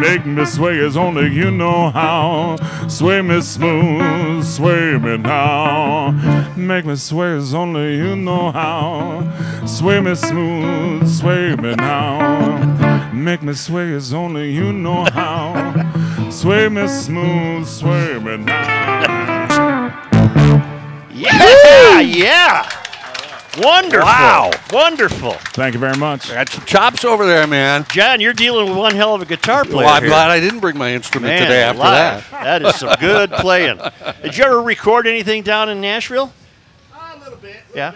Make me sway as only you know how. Sway me smooth, sway me now. Make me sway as only you know how. Sway me smooth, sway me now. Make me sway as only you know how. Sway me smooth, sway me now.
Yeah, yeah. Wonderful.
Wow.
Wonderful.
Thank you very much.
Got some chops over there, man.
John, you're dealing with one hell of a guitar player.
Well, I'm
here.
glad I didn't bring my instrument
Man,
today after
alive.
that.
That is some good playing. Did you ever record anything down in Nashville? Yeah.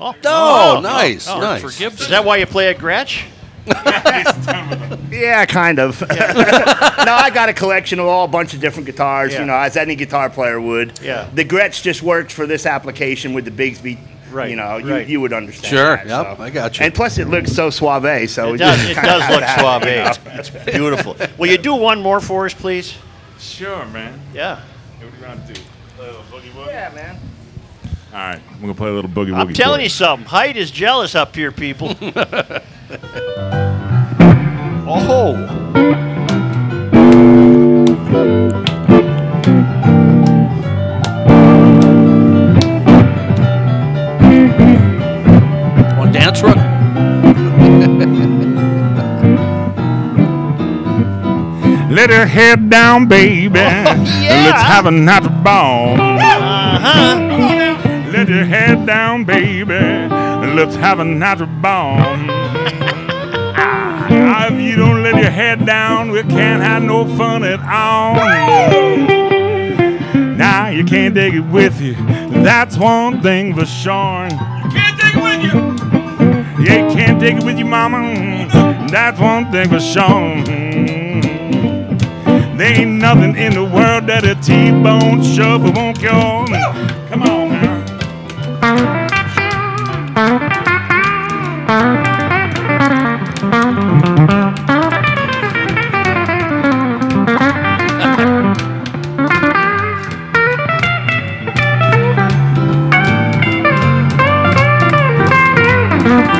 Oh,
Oh, nice, nice.
For Gibson. Is that why you play at Gratch?
Yeah, kind of. no, I got a collection of all bunch of different guitars,
Yeah.
you know, as any guitar player would.
Yeah.
The Gretsch just works for this application with the Bigsby. Right. You know, you,
right.
you would understand.
Sure,
That,
yep,
so.
I got you.
And plus, it looks so suave. So
It does,
just
it
kinda
does
has
look
that,
suave.
you know.
It's, it's beautiful. Will you do one more for us, please?
Sure, man.
Yeah.
What do you want to do?
Yeah, man.
All right, I'm gonna play a little boogie woogie.
I'm telling you something. Height is jealous up here, people. oh.
Want to dance, Rook?
Let her head down, baby. Let's have a natural ball. Let your head down, baby. Let's have a natural ball. Ah, if you don't let your head down, we can't have no fun at all. Now you can't take it with you. That's one thing for sure. Yeah, you can't take it with you, mama. That's one thing for sure. There ain't nothing in the world that a T-bone shovel won't cure. Come on now.
Thank you.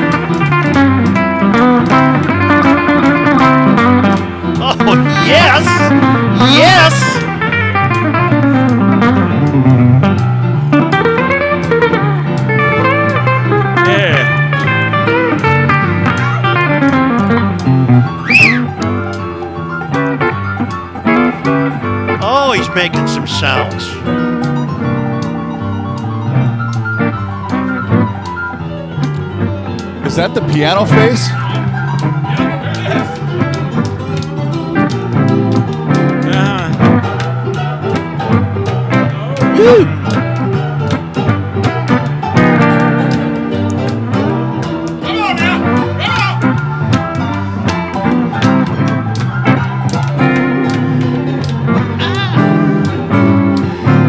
Yes! Yes!
Yeah.
Oh, he's making some sounds.
Is that the piano face?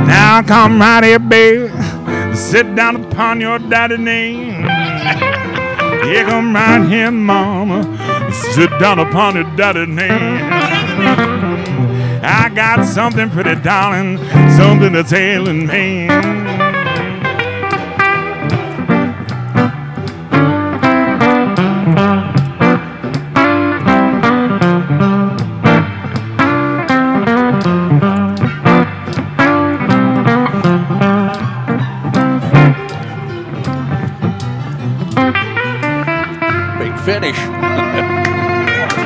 Now come right here, baby. Sit down upon your daddy knee. Yeah, come right here, mama. Sit down upon your daddy knee. I got something pretty, darling, something that's ailing me.
Big finish.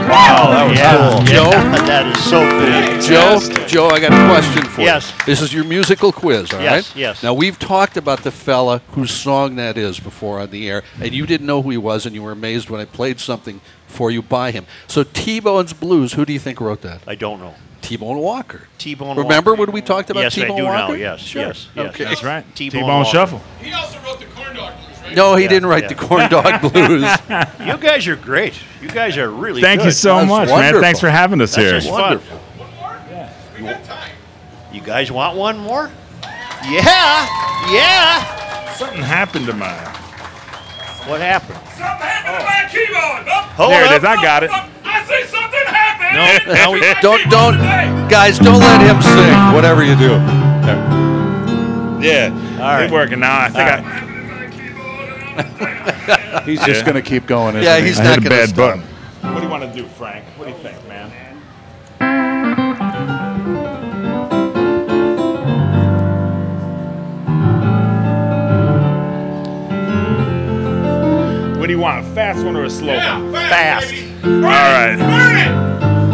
Wow, that was Yeah. cool.
Joe,
Yeah, that is so cool.
Joe, Joe, I got a question for
Yes.
you. This is your musical quiz, all right?
Yes, yes.
Now we've talked about the fella whose song that is before on the air, and you didn't know who he was, and you were amazed when I played something for you by him. So T-Bone's Blues, who do you think wrote that?
I don't know.
T-Bone Walker.
T-Bone.
Remember
Walker.
when we talked about
Yes,
T-Bone
I do
Walker?
now. Yes,
Sure.
yes, yes.
Okay.
T-Bone,
T-Bone
Walker.
Shuffle.
He also wrote the corn dog blues, right?
No, he didn't write the corn dog blues.
you guys are great. You guys are really.
Thank you
good.
so That's much, man. wonderful. Thanks for having us
That's
here.
Just fun.
Wonderful.
You guys want one more? Yeah, yeah.
Something happened to my.
What happened?
there it is. I got it.
No, no, we- don't, don't, guys, don't let him sing. Whatever you do.
Yeah. All
right.
It's working now. I think I.
He's
just
gonna keep going,
isn't
Yeah,
he?
he's
I
not
hit a
gonna
bad
stop.
button. What do you want to do, Frank? What do you think, man? What do you want, a fast one or a slow one? Fast. All right.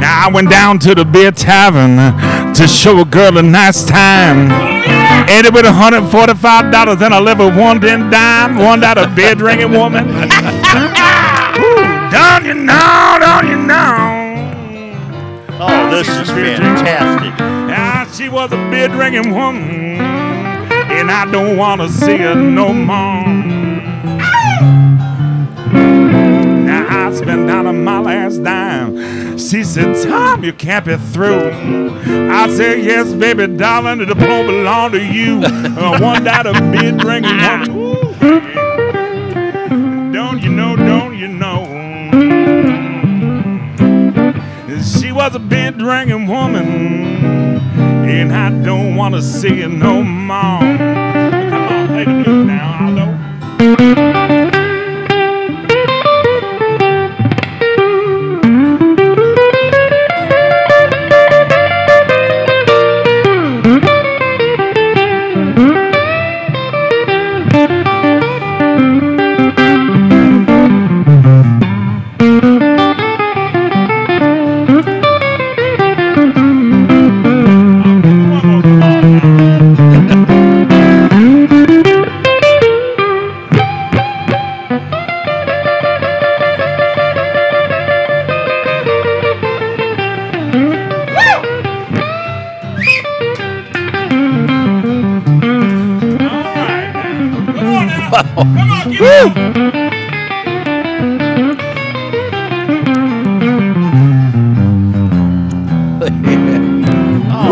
Now I went down to the beer tavern uh, to show a girl a nice time. Ended with $145 and I left with one damn dime, one dollar beer drinking woman. Ooh, don't you know, don't you know.
Oh, this is fantastic.
Ah, she was a beer drinking woman, and I don't want to see her no more. Now I spent out of my last dime. She said, Tom, you can't be through. I said, yes, baby, darling, the diploma belong to you. Uh, one out of beer drinking woman. Ooh. Don't you know, don't you know? She was a beer drinking woman, and I don't want to see her no more. Come on, play the blues now, Aldo.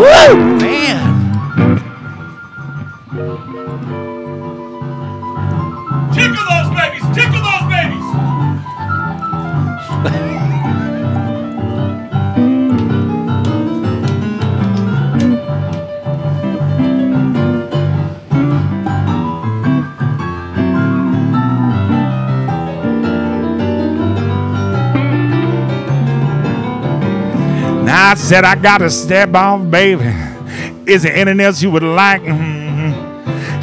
Oh, man.
Said, I gotta step off, baby. Is there anything else you would like? Mhm.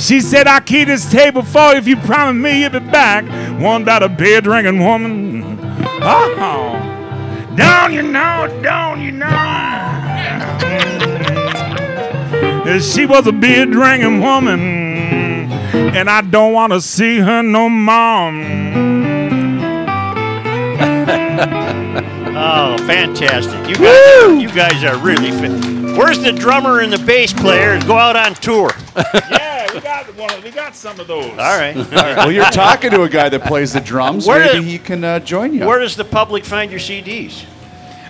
She said, I keep this table for you if you promise me you'll be back. One about a beer drinking woman. Oh, down you know, down you know. She was a beer drinking woman, and I don't want to see her no more.
Oh, fantastic! You guys, you guys are really fit. Where's the drummer and the bass player? Go out on tour.
yeah, we got one. We got some of those. All
right. All right.
well, you're talking to a guy that plays the drums.
Where
Maybe
do-
he can uh, join you.
Where does the public find your CDs?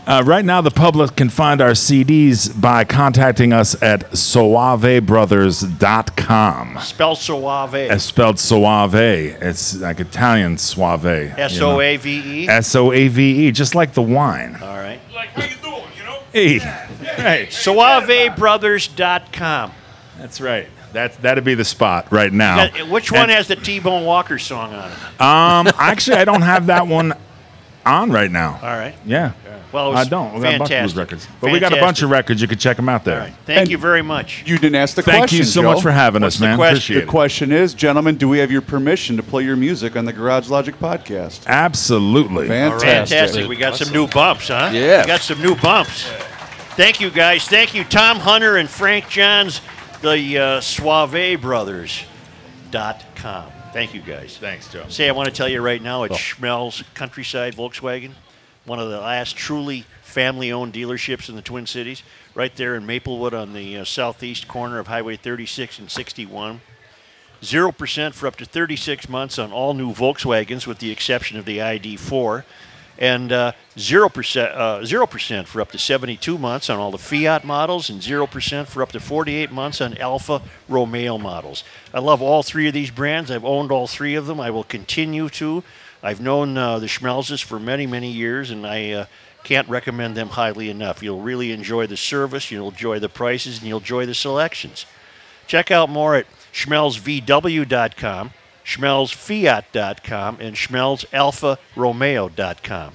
Uh, right now, the public can find our CDs by contacting us at suavebrothers.com.
Spell suave.
It's spelled suave. It's like Italian suave. you know.
S O A V E.
S O A V E, just like the wine.
All right. Like how you doing? You know.
Hey,
Hey. Suavebrothers.com.
That's right. that that'd be the spot right now.
Got- Which one
And-
has the T-Bone Walker song on it?
Um, actually, I don't have that one on right now.
All right.
Yeah.
Well, it
I
was
don't. We got a bunch of those
fantastic.
records, but we got a bunch of records. You can check them out there.
Thank you very much.
You didn't ask the
Thank
question.
you so
Joe.
much for having us, man. Appreciate
the
it.
question is, gentlemen, do we have your permission to play your music on the Garage Logic podcast?
Absolutely.
Fantastic.
Fantastic. We got some new bumps, huh?
Yeah.
We got some new bumps. Thank you, guys. Thank you, Tom Hunter and Frank Johns, the uh, suavebrothers.com. Thank you, guys.
Thanks, Joe.
Say, I want to tell you right now, it smells countryside Volkswagen, one of the last truly family owned dealerships in the Twin Cities, right there in Maplewood on the uh, southeast corner of Highway 36 and 61. 0% for up to 36 months on all new Volkswagens, with the exception of the ID4, and uh, 0%, uh, 0% for up to 72 months on all the Fiat models, and 0% for up to 48 months on Alfa Romeo models. I love all three of these brands. I've owned all three of them. I will continue to. I've known uh, the Schmelzes for many, many years, and I. Uh, can't recommend them highly enough. You'll really enjoy the service, you'll enjoy the prices, and you'll enjoy the selections. Check out more at schmelzvw.com, schmelzfiat.com, and schmelzalfaromeo.com.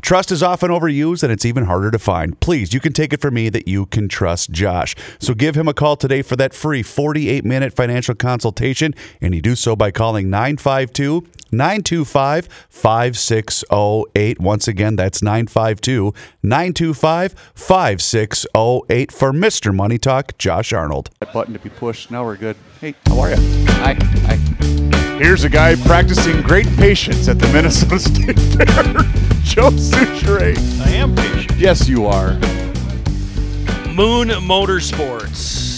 Trust is often overused and it's even harder to find. Please, you can take it from me that you can trust Josh. So give him a call today for that free 48 minute financial consultation, and you do so by calling 952 925 5608. Once again, that's 952 925 5608 for Mr. Money Talk, Josh Arnold.
That button to be pushed. Now we're good. Hey, how are you? Hi. Hi.
Here's a guy practicing great patience at the Minnesota State Fair, Joe Suchere.
I am patient.
Yes, you are.
Moon Motorsports.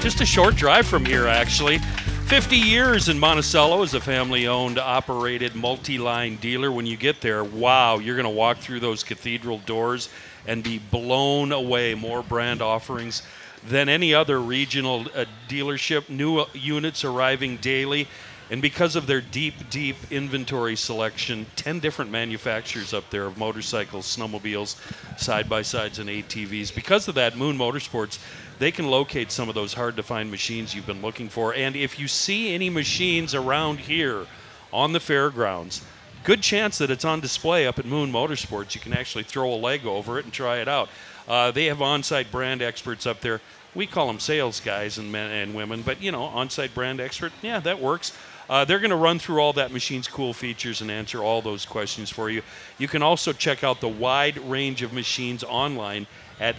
Just a short drive from here, actually. 50 years in Monticello as a family owned, operated, multi line dealer. When you get there, wow, you're going to walk through those cathedral doors and be blown away. More brand offerings than any other regional uh, dealership. New uh, units arriving daily. And because of their deep, deep inventory selection, 10 different manufacturers up there of motorcycles, snowmobiles, side by sides, and ATVs. Because of that, Moon Motorsports, they can locate some of those hard to find machines you've been looking for. And if you see any machines around here on the fairgrounds, good chance that it's on display up at Moon Motorsports. You can actually throw a leg over it and try it out. Uh, they have on-site brand experts up there. We call them sales guys and men and women, but you know, on-site brand expert, yeah, that works. Uh, they're going to run through all that machine's cool features and answer all those questions for you. You can also check out the wide range of machines online at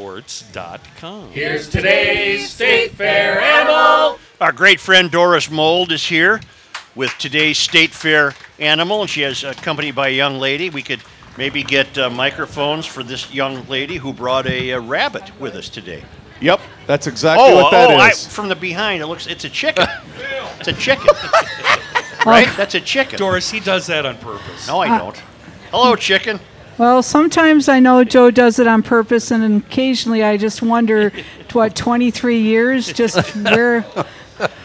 moonmotorsports.com.
Here's today's State Fair animal.
Our great friend Doris Mold is uh, here with today's State Fair animal, and she has accompanied by a young lady. We could Maybe get uh, microphones for this young lady who brought a, uh rabbit with us today.
Yep, that's exactly what that is.
oh, I, from the behind, it looks it's a chicken. it's a chicken. right? That's a chicken.
Doris, he does that on purpose.
No, I
Uh,
don't. Hello, chicken.
Well, sometimes I know Joe does it on purpose, and occasionally I just wonder, t- what, 23 years? Just where.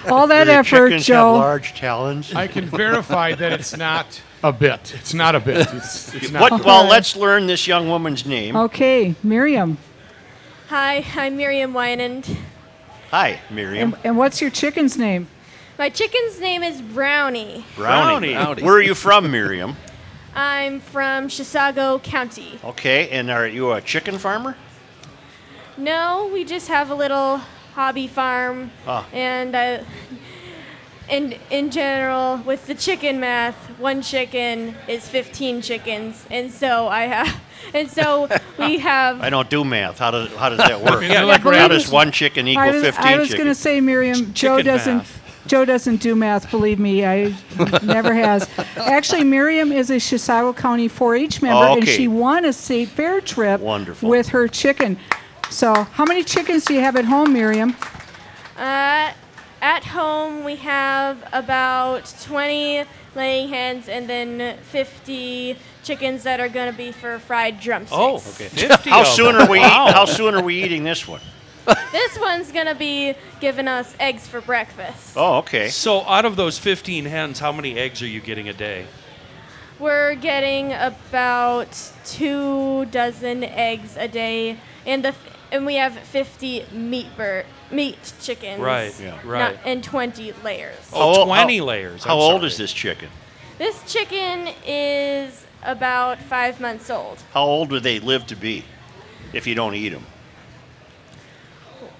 All that
Do the
effort,
chickens
Joe.
Have large talons.
I can verify that it's not a bit. It's not a bit. It's, it's not
What, well, let's learn this young woman's name.
Okay, Miriam.
Hi, I'm Miriam Wynand.
Hi,
And,
Miriam.
and what's your chicken's name?
My chicken's name is Brownie.
Brownie.
Brownie.
Where are you from, Miriam?
I'm from Chisago County.
Okay, and are you a chicken farmer?
No, we just have a little hobby farm,
Ah.
and I, in in general, with the chicken math, one chicken is 15 chickens, and so I have, and so we have
I don't do math. How does how does that work?
Yeah, like
how does
rabbits.
one chicken equal
I was,
fifteen
I was
chickens?
going to say, Miriam, Joe
chicken
doesn't.
math.
Joe doesn't do math, believe me. I never has. Actually, Miriam is a Chisago County 4-H member, and
Okay.
she won a state fair trip
Wonderful.
with her chicken. So, how many chickens do you have at home, Miriam?
uh, at home we have about 20 laying hens, and then 50 chickens that are gonna be for fried drumsticks.
Oh,
okay.
how
of
soon
them.
are we?
Wow.
How soon are we eating this one?
This one's gonna be giving us eggs for breakfast.
Oh, okay.
So out of those 15 hens, how many eggs are you getting a day?
We're getting about two dozen eggs a day, and the f- and we have 50 meat bird meat chickens.
Right, yeah,
Not,
right.
and 20 layers.
Oh,
How-
20
how-
layers. I'm
How old
sorry.
is this chicken?
This chicken is about five months old.
How old do they live to be if you don't eat them?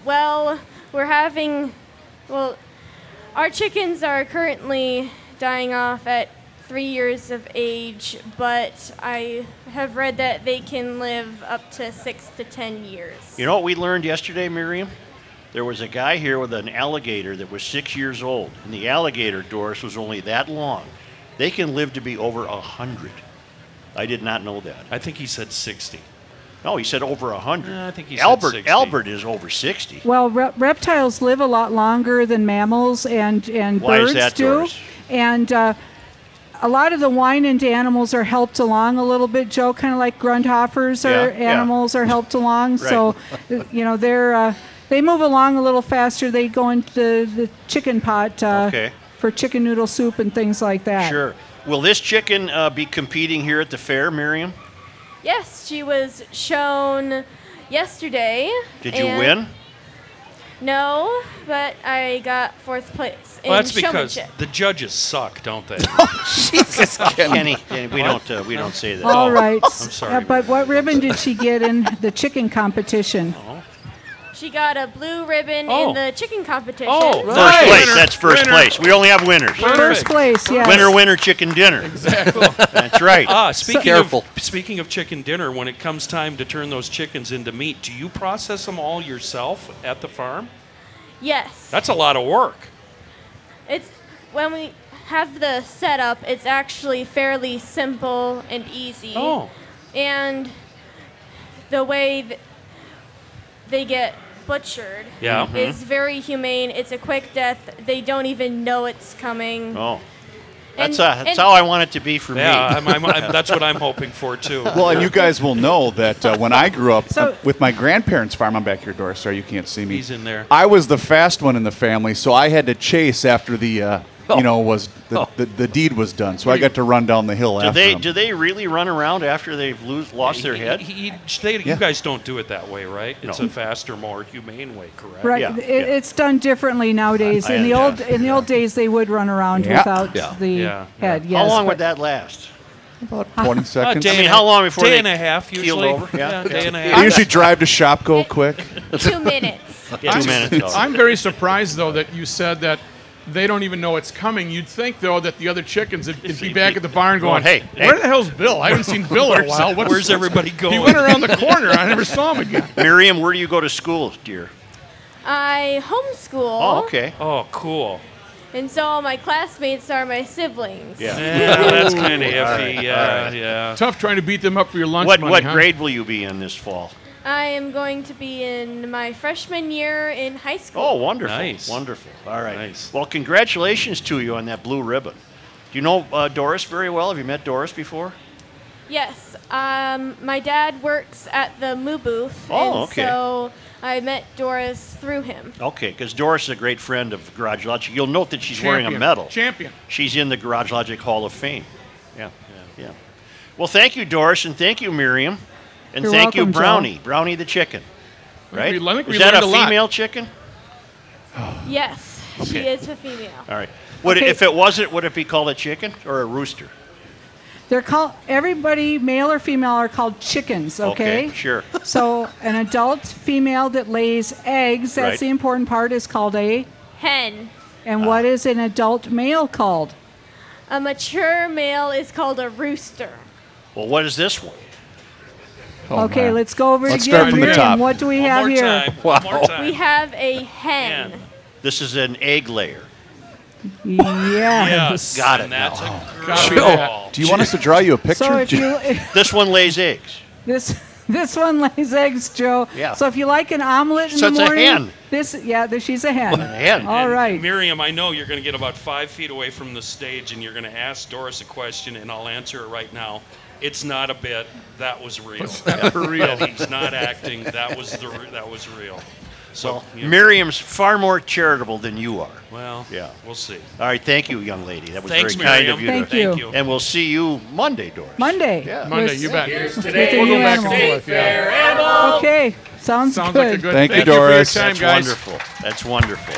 Well, we're having, well, our chickens are currently dying off at three years of age, but I have read that they can live up to six to 10 years.
You know what we learned yesterday, Miriam? There was a guy here with an alligator that was six years old, and the alligator, Doris, was only that long. They can live to be over a hundred. I did not know that.
I think he said 60.
No, he said over a hundred.
I think he said
Albert,
60.
Albert is over sixty.
Well, re- reptiles live a lot longer than mammals and and
Why is
birds
that,
do,
Doris?
and. Uh, a lot of the whinend animals are helped along a little bit, Joe, kind of like Grundhoffers
Yeah,
are
yeah.
animals are helped along.
Right.
So, uh, you know, they're uh, they move along a little faster. They go into the, the chicken pot uh,
Okay.
for chicken noodle soup and things like that.
Sure. Will this chicken uh, be competing here at the fair, Miriam?
Yes, she was shown yesterday.
Did you
and-
win?
No, but I got fourth place in
Well, that's because
showmanship.
the judges suck, don't they?
Jesus,
Kenny.
Kenny, Kenny, we don't uh, we don't say that.
Oh,
All right.
I'm
Uh,
sorry. Oh.
but what ribbon did she get in the chicken competition?
She got a blue ribbon
Oh.
in the chicken competition.
Oh, first place. That's first place. We only have winners.
First Perfect. place, yes.
Winner, winner, chicken dinner.
Exactly.
That's right.
Ah, speaking of speaking of chicken dinner, when it comes time to turn those chickens into meat, do you process them all yourself at the farm?
Yes,
That's a lot of work.
it's when we have the setup. It's actually fairly simple and easy.
Oh.
and the way th- they get butchered
Yeah. Mhm.
mm-hmm.
is very humane. It's a quick death. They don't even know it's coming.
Oh. That's,
And-
uh, that's
and-
how I want it to be for
Yeah, I'm,
me.
I'm, I'm, that's what I'm hoping for too.
Well, and you guys will know that uh, when I grew up
So-
with my grandparents' farm, I'm back here, Doris. Sorry, you can't see me.
He's in there.
I was the fast one in the family, so I had to chase after the, uh,
Oh.
you know, was the, the, the deed was done. So I got to run down the hill
do
after
they
them.
do they really run around after they've lose, lost their head?
He- he- they- You guys don't do it that way, right? It's
No.
a faster, more humane way, correct?
Right. It, It's done differently nowadays.
I
in the old in the old days, they would run around
Yeah.
without
Yeah.
the
Yeah.
head.
how
yes,
long
but-
would that last?
About
Oh,
20 seconds.
day
I mean,
and a-
how long before
day
they
and a half
keeled
usually.
over?
Yeah,
Yeah,
day and a half.
I usually drive to shop, go quick.
Two minutes.
Yeah, two minutes. all right.
I'm very surprised though that you said that they don't even know it's coming. You'd think though that the other chickens would would be back at the barn going,
Going, "Hey, hey."
where the hell's Bill? I haven't seen Bill in a
Where's-
while. What's,
where's everybody
He
going?"
went around the corner. I never saw him again."
Miriam, where do you go to school, dear?
I homeschool.
Oh, okay.
Oh, cool.
And so all my classmates are my siblings.
Yeah.
Yeah, that's kinda
All
iffy, yeah, yeah.
Tough trying to beat them up for your lunch
What
money,
what
huh?
grade will you be in this fall?
I am going to be in my freshman year in high school.
Oh, wonderful! Wonderful. All right. Well, congratulations to you on that blue ribbon. Do you know uh, Doris very well? Have you met Doris before?
Yes. Um, my dad works at the Moo Booth.
Oh,
and
okay.
So I met Doris through him.
Okay, because Doris is a great friend of Garage Logic. You'll note that she's wearing a
Champion.
medal.
Champion.
She's in the Garage Logic Hall of Fame. Yeah. Yeah. Well, thank you, Doris, and thank you, Miriam, and
You're
thank you,
welcome, Joe.
Brownie, Brownie the chicken.
I think
Right?
we- I think we
is that
learned
a
a lot.
female chicken?
Yes. She
Okay.
is a female.
All right. Would
Okay.
if it wasn't, would it be called a chicken or a rooster?
They're called everybody, male or female, are called chickens. Okay.
sure.
So an adult female that lays eggs. That's
Right.
the important part. Is called a
hen.
And
Ah.
what is an adult male called?
A mature male is called a rooster.
Well, what is this one?
okay, let's go over it
Oh, Let's
again.
start from the
Miriam,
top.
What do we
One
have
more
here?
time, one more Wow. time.
We have a hen.
This is an egg layer.
Yeah.
Got it.
that's
Joe, Oh, do you want us to draw you a picture?
So if you
this one lays eggs.
This this one lays eggs, Joe.
Yeah.
So if you like an omelet in
So
the
it's a
morning,
hen.
this yeah, this, she's a hen. All
And
right.
Miriam, I know you're going to get about five feet away from the stage and you're going to ask Doris a question, and I'll answer it right now. It's not a bit. That was real.
that for real?
He's not acting. That was the. re- That was real. So, you know,
Miriam's far more charitable than you are.
Well,
yeah,
we'll see.
All right, thank you, young lady. That was
Thanks,
very kind of
Miriam.
you. to-
Thank Thank you. you.
And we'll see you Monday, Doris.
Monday.
Yeah.
Monday,
With-
you bet.
with
Here's
a
today.
new
We'll go back
animal.
and forth, yeah.
Okay. Sounds,
Sounds
good.
like a good-
Thank you,
thank you for your
Doris.
time,
That's
guys.
wonderful. That's wonderful.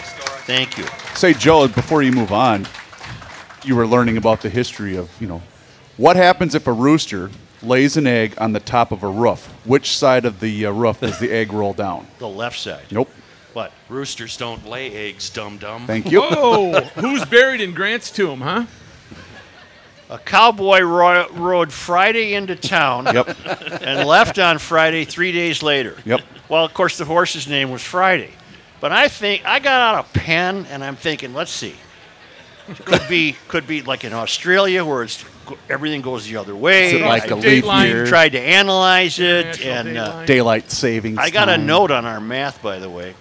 Thank you.
Say, Joe, before you move on, you were learning about the history of, you know, what happens if a rooster lays an egg on the top of a roof? Which side of the uh, roof does the egg roll down?
The left side.
Nope.
What?
Roosters don't lay eggs, dum dum.
Thank you.
Whoa!
Oh.
Who's buried in Grant's tomb, huh?
A cowboy ro- rode Friday into town
Yep.
and left on Friday three days later.
Yep.
Well, of course, the horse's name was Friday. But I think I got out a pen and I'm thinking, let's see. Could be could be like in Australia where it's everything goes the other way.
Is it like a
I
leap Dateline. year?
Tried to analyze it and uh,
Daylight savings.
I got a
time.
note on our math, by the way.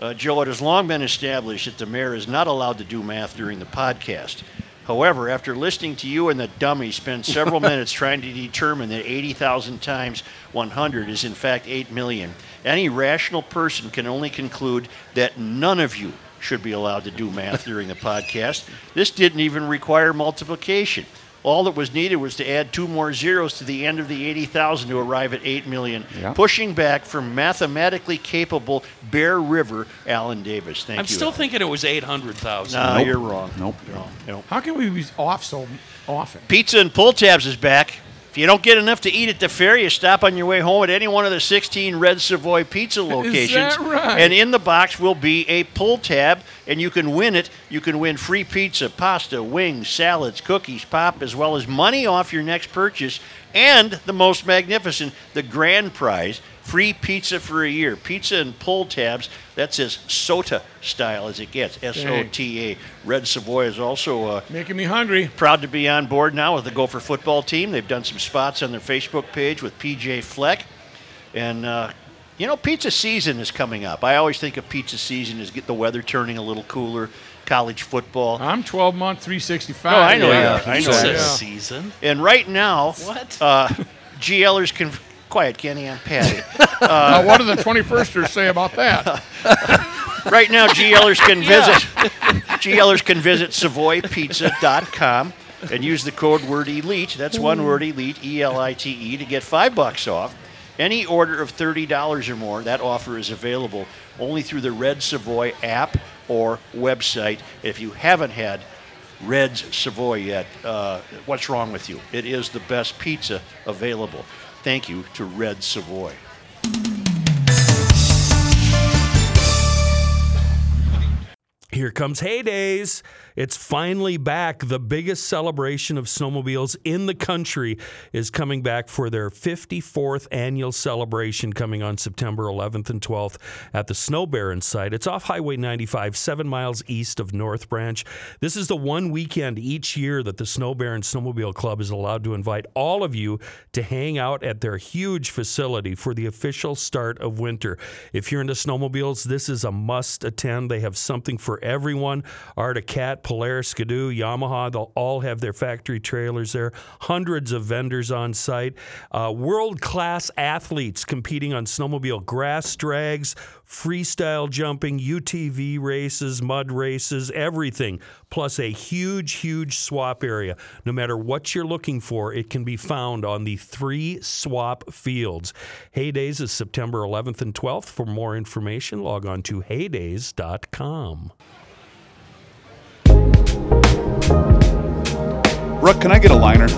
Uh, Joe, it has long been established that the mayor is not allowed to do math during the podcast. However, after listening to you and the dummy spend several minutes trying to determine that 80,000 times 100 is in fact 8 million, any rational person can only conclude that none of you should be allowed to do math during the podcast. This didn't even require multiplication. All that was needed was to add two more zeros to the end of the 80,000 to arrive at 8 million,
Yeah.
pushing back from mathematically capable Bear River Alan Davis. Thank
I'm
you.
still thinking it was 800,000.
No, you're wrong. Nope. Wrong. Nope.
How can we be off so often?
Pizza and pull tabs is back. If you don't get enough to eat at the fair, you stop on your way home at any one of the 16 Red Savoy pizza locations.
right?
And in the box will be a pull tab, and you can win it. You can win free pizza, pasta, wings, salads, cookies, pop, as well as money off your next purchase. And the most magnificent, the grand prize free pizza for a year. Pizza and pull tabs, that's as SOTA style as it gets. S O T A. Red Savoy is also uh,
Making me hungry.
Proud to be on board now with the Gopher football team. They've done some spots on their Facebook page with PJ Fleck. And, uh, you know, pizza season is coming up. I always think of pizza season as get the weather turning a little cooler, college football.
I'm 12 month, 365.
No, Oh, I know
Yeah.
you are. I know
Pizza
you are.
season?
And right now,
What?
Uh, GLers can. Quiet, Kenny, I'm Patty.
now, what do the 21sters say about that?
right now, GLers can
Yeah.
visit GLers can visit SavoyPizza.com and use the code word E elite. That's one word elite, E L I T E, to get five bucks off. Any order of thirty dollars or more, that offer is available only through the Red Savoy app or website. If you haven't had Red's Savoy yet, uh, what's wrong with you? It is the best pizza available. Thank you to Red Savoy.
Here comes Heydays. It's finally back. The biggest celebration of snowmobiles in the country is coming back for their 54th annual celebration coming on September 11th and 12th at the Snow Baron site. It's off Highway 95, seven miles east of North Branch. This is the one weekend each year that the Snow Baron Snowmobile Club is allowed to invite all of you to hang out at their huge facility for the official start of winter. If you're into snowmobiles, this is a must attend. They have something for everyone. Arctic Cat, Polaris, Skidoo, Yamaha, they'll all have their factory trailers there. Hundreds of vendors on site. Uh, World class athletes competing on snowmobile grass drags, freestyle jumping, UTV races, mud races, everything. Plus a huge, huge swap area. No matter what you're looking for, it can be found on the three swap fields. Heydays is September 11th and 12th. For more information, log on to heydays.com.
Brooke, can I get a liner?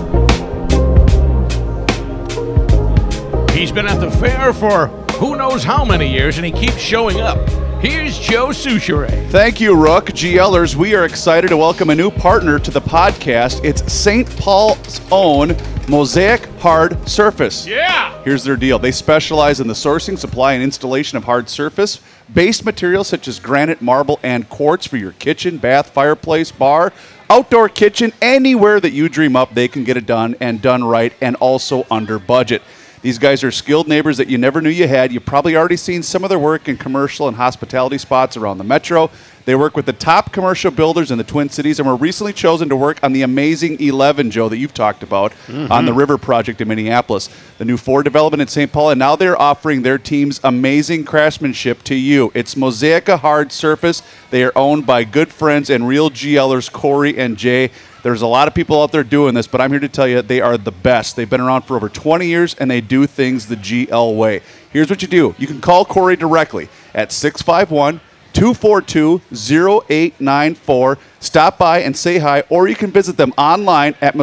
He's been at the fair for who knows how many years, and he keeps showing up. Here's Joe Souchere.
Thank you, Rook. GLers, we are excited to welcome a new partner to the podcast. It's St. Paul's own Mosaic Hard Surface.
Yeah!
Here's their deal they specialize in the sourcing, supply, and installation of hard surface based materials such as granite, marble, and quartz for your kitchen, bath, fireplace, bar, outdoor kitchen, anywhere that you dream up, they can get it done and done right and also under budget. These guys are skilled neighbors that you never knew you had. You've probably already seen some of their work in commercial and hospitality spots around the metro. They work with the top commercial builders in the Twin Cities and were recently chosen to work on the amazing 11, Joe, that you've talked about on
Mhm.
the River Project in Minneapolis, the new Ford development in St. Paul, and now they're offering their team's amazing craftsmanship to you. It's Mosaica Hard Surface. They are owned by good friends and real GLers, Corey and Jay. There's a lot of people out there doing this, but I'm here to tell you they are the best. They've been around for over 20 years and they do things the GL way. Here's what you do you can call Corey directly at 651 242 0894. Stop by and say hi, or you can visit them online at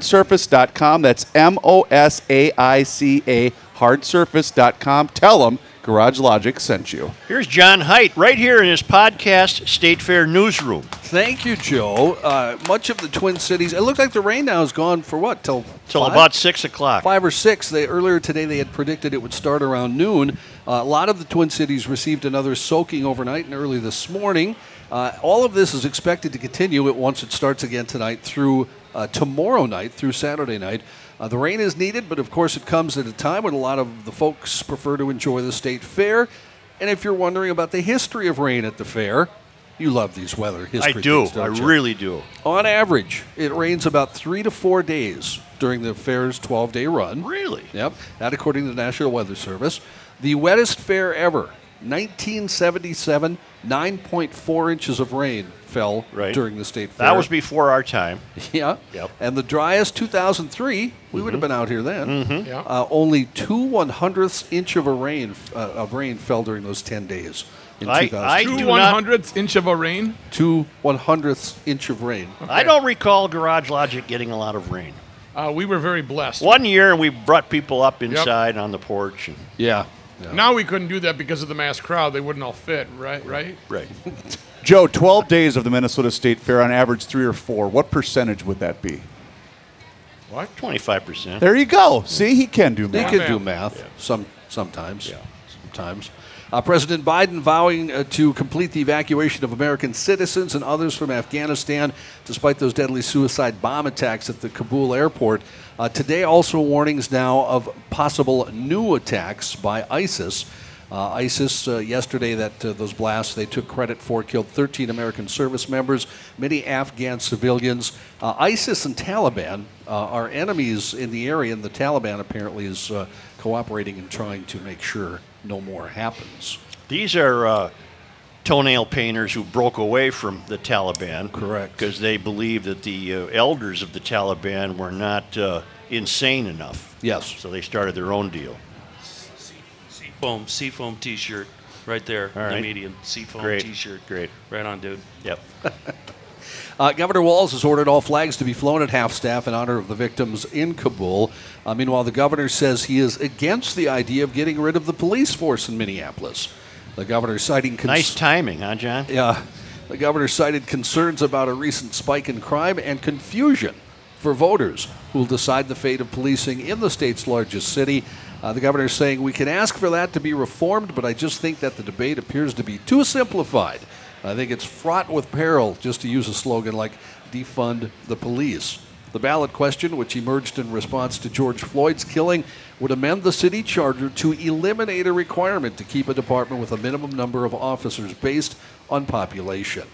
mosaicahardsurface.com. That's M O S A I C A hardsurface.com. Tell them Garage Logic sent you.
Here's John Height right here in his podcast, State Fair Newsroom.
Thank you, Joe. Uh, much of the Twin Cities. It looks like the rain now is gone for what till
Till about six o'clock.
Five or six. They earlier today they had predicted it would start around noon. Uh, a lot of the Twin Cities received another soaking overnight and early this morning. Uh, all of this is expected to continue it once it starts again tonight through uh, tomorrow night through Saturday night. Uh, the rain is needed, but of course it comes at a time when a lot of the folks prefer to enjoy the state fair. And if you're wondering about the history of rain at the fair, you love these weather history.
I do.
things, don't
I
you?
really do.
On average, it rains about three to four days during the fair's 12 day run.
Really?
Yep. That, according to the National Weather Service. The wettest fair ever, 1977, 9.4 inches of rain fell during the state fair.
That was before our time.
Yeah.
Yep. Mm-hmm.
And the driest, 2003, we would have been out here then.
Mhm. Yeah.
Uh, only two one hundredths inch of a rain uh, of rain fell during those 10 days. In
two
2003.
one hundredths inch of a rain.
Two one hundredths inch of rain.
I don't recall Garage Logic getting a lot of rain.
Uh, we were very blessed.
One year, we brought people up inside on the porch. And
yeah.
Now we couldn't do that because of the mass crowd. They wouldn't all fit, right? Right?
Right.
Joe, 12 days of the Minnesota State Fair on average three or four. What percentage would that be?
What? 25%.
There you go. See, he can do math.
They can do math some sometimes. Sometimes. Uh, President Biden vowing uh, to complete the evacuation of American citizens and others from Afghanistan despite those deadly suicide bomb attacks at the Kabul airport. Uh, today, also warnings now of possible new attacks by ISIS. Uh, ISIS uh, yesterday that uh, those blasts they took credit for killed 13 American service members, many Afghan civilians. Uh, ISIS and Taliban uh, are enemies in the area, and the Taliban apparently is uh, cooperating and trying to make sure no more happens.
These are uh, toenail painters who broke away from the Taliban.
Correct.
Because they believed that the uh, elders of the Taliban were not uh, insane enough.
Yes.
So they started their own deal.
Seafoam, Seafoam T-shirt, right there.
All
in
right.
The medium Seafoam
Great.
T-shirt. Great. Right on, dude.
Yep.
Uh, Governor Walz has ordered all flags to be flown at half staff in honor of the victims in Kabul. Uh, meanwhile, the governor says he is against the idea of getting rid of the police force in Minneapolis. The governor citing cons-
Nice timing, huh, John?
Yeah. The governor cited concerns about a recent spike in crime and confusion for voters who will decide the fate of policing in the state's largest city. Uh, the governor is saying we can ask for that to be reformed, but I just think that the debate appears to be too simplified. I think it's fraught with peril, just to use a slogan like defund the police. The ballot question, which emerged in response to George Floyd's killing, would amend the city charter to eliminate a requirement to keep a department with a minimum number of officers based on population.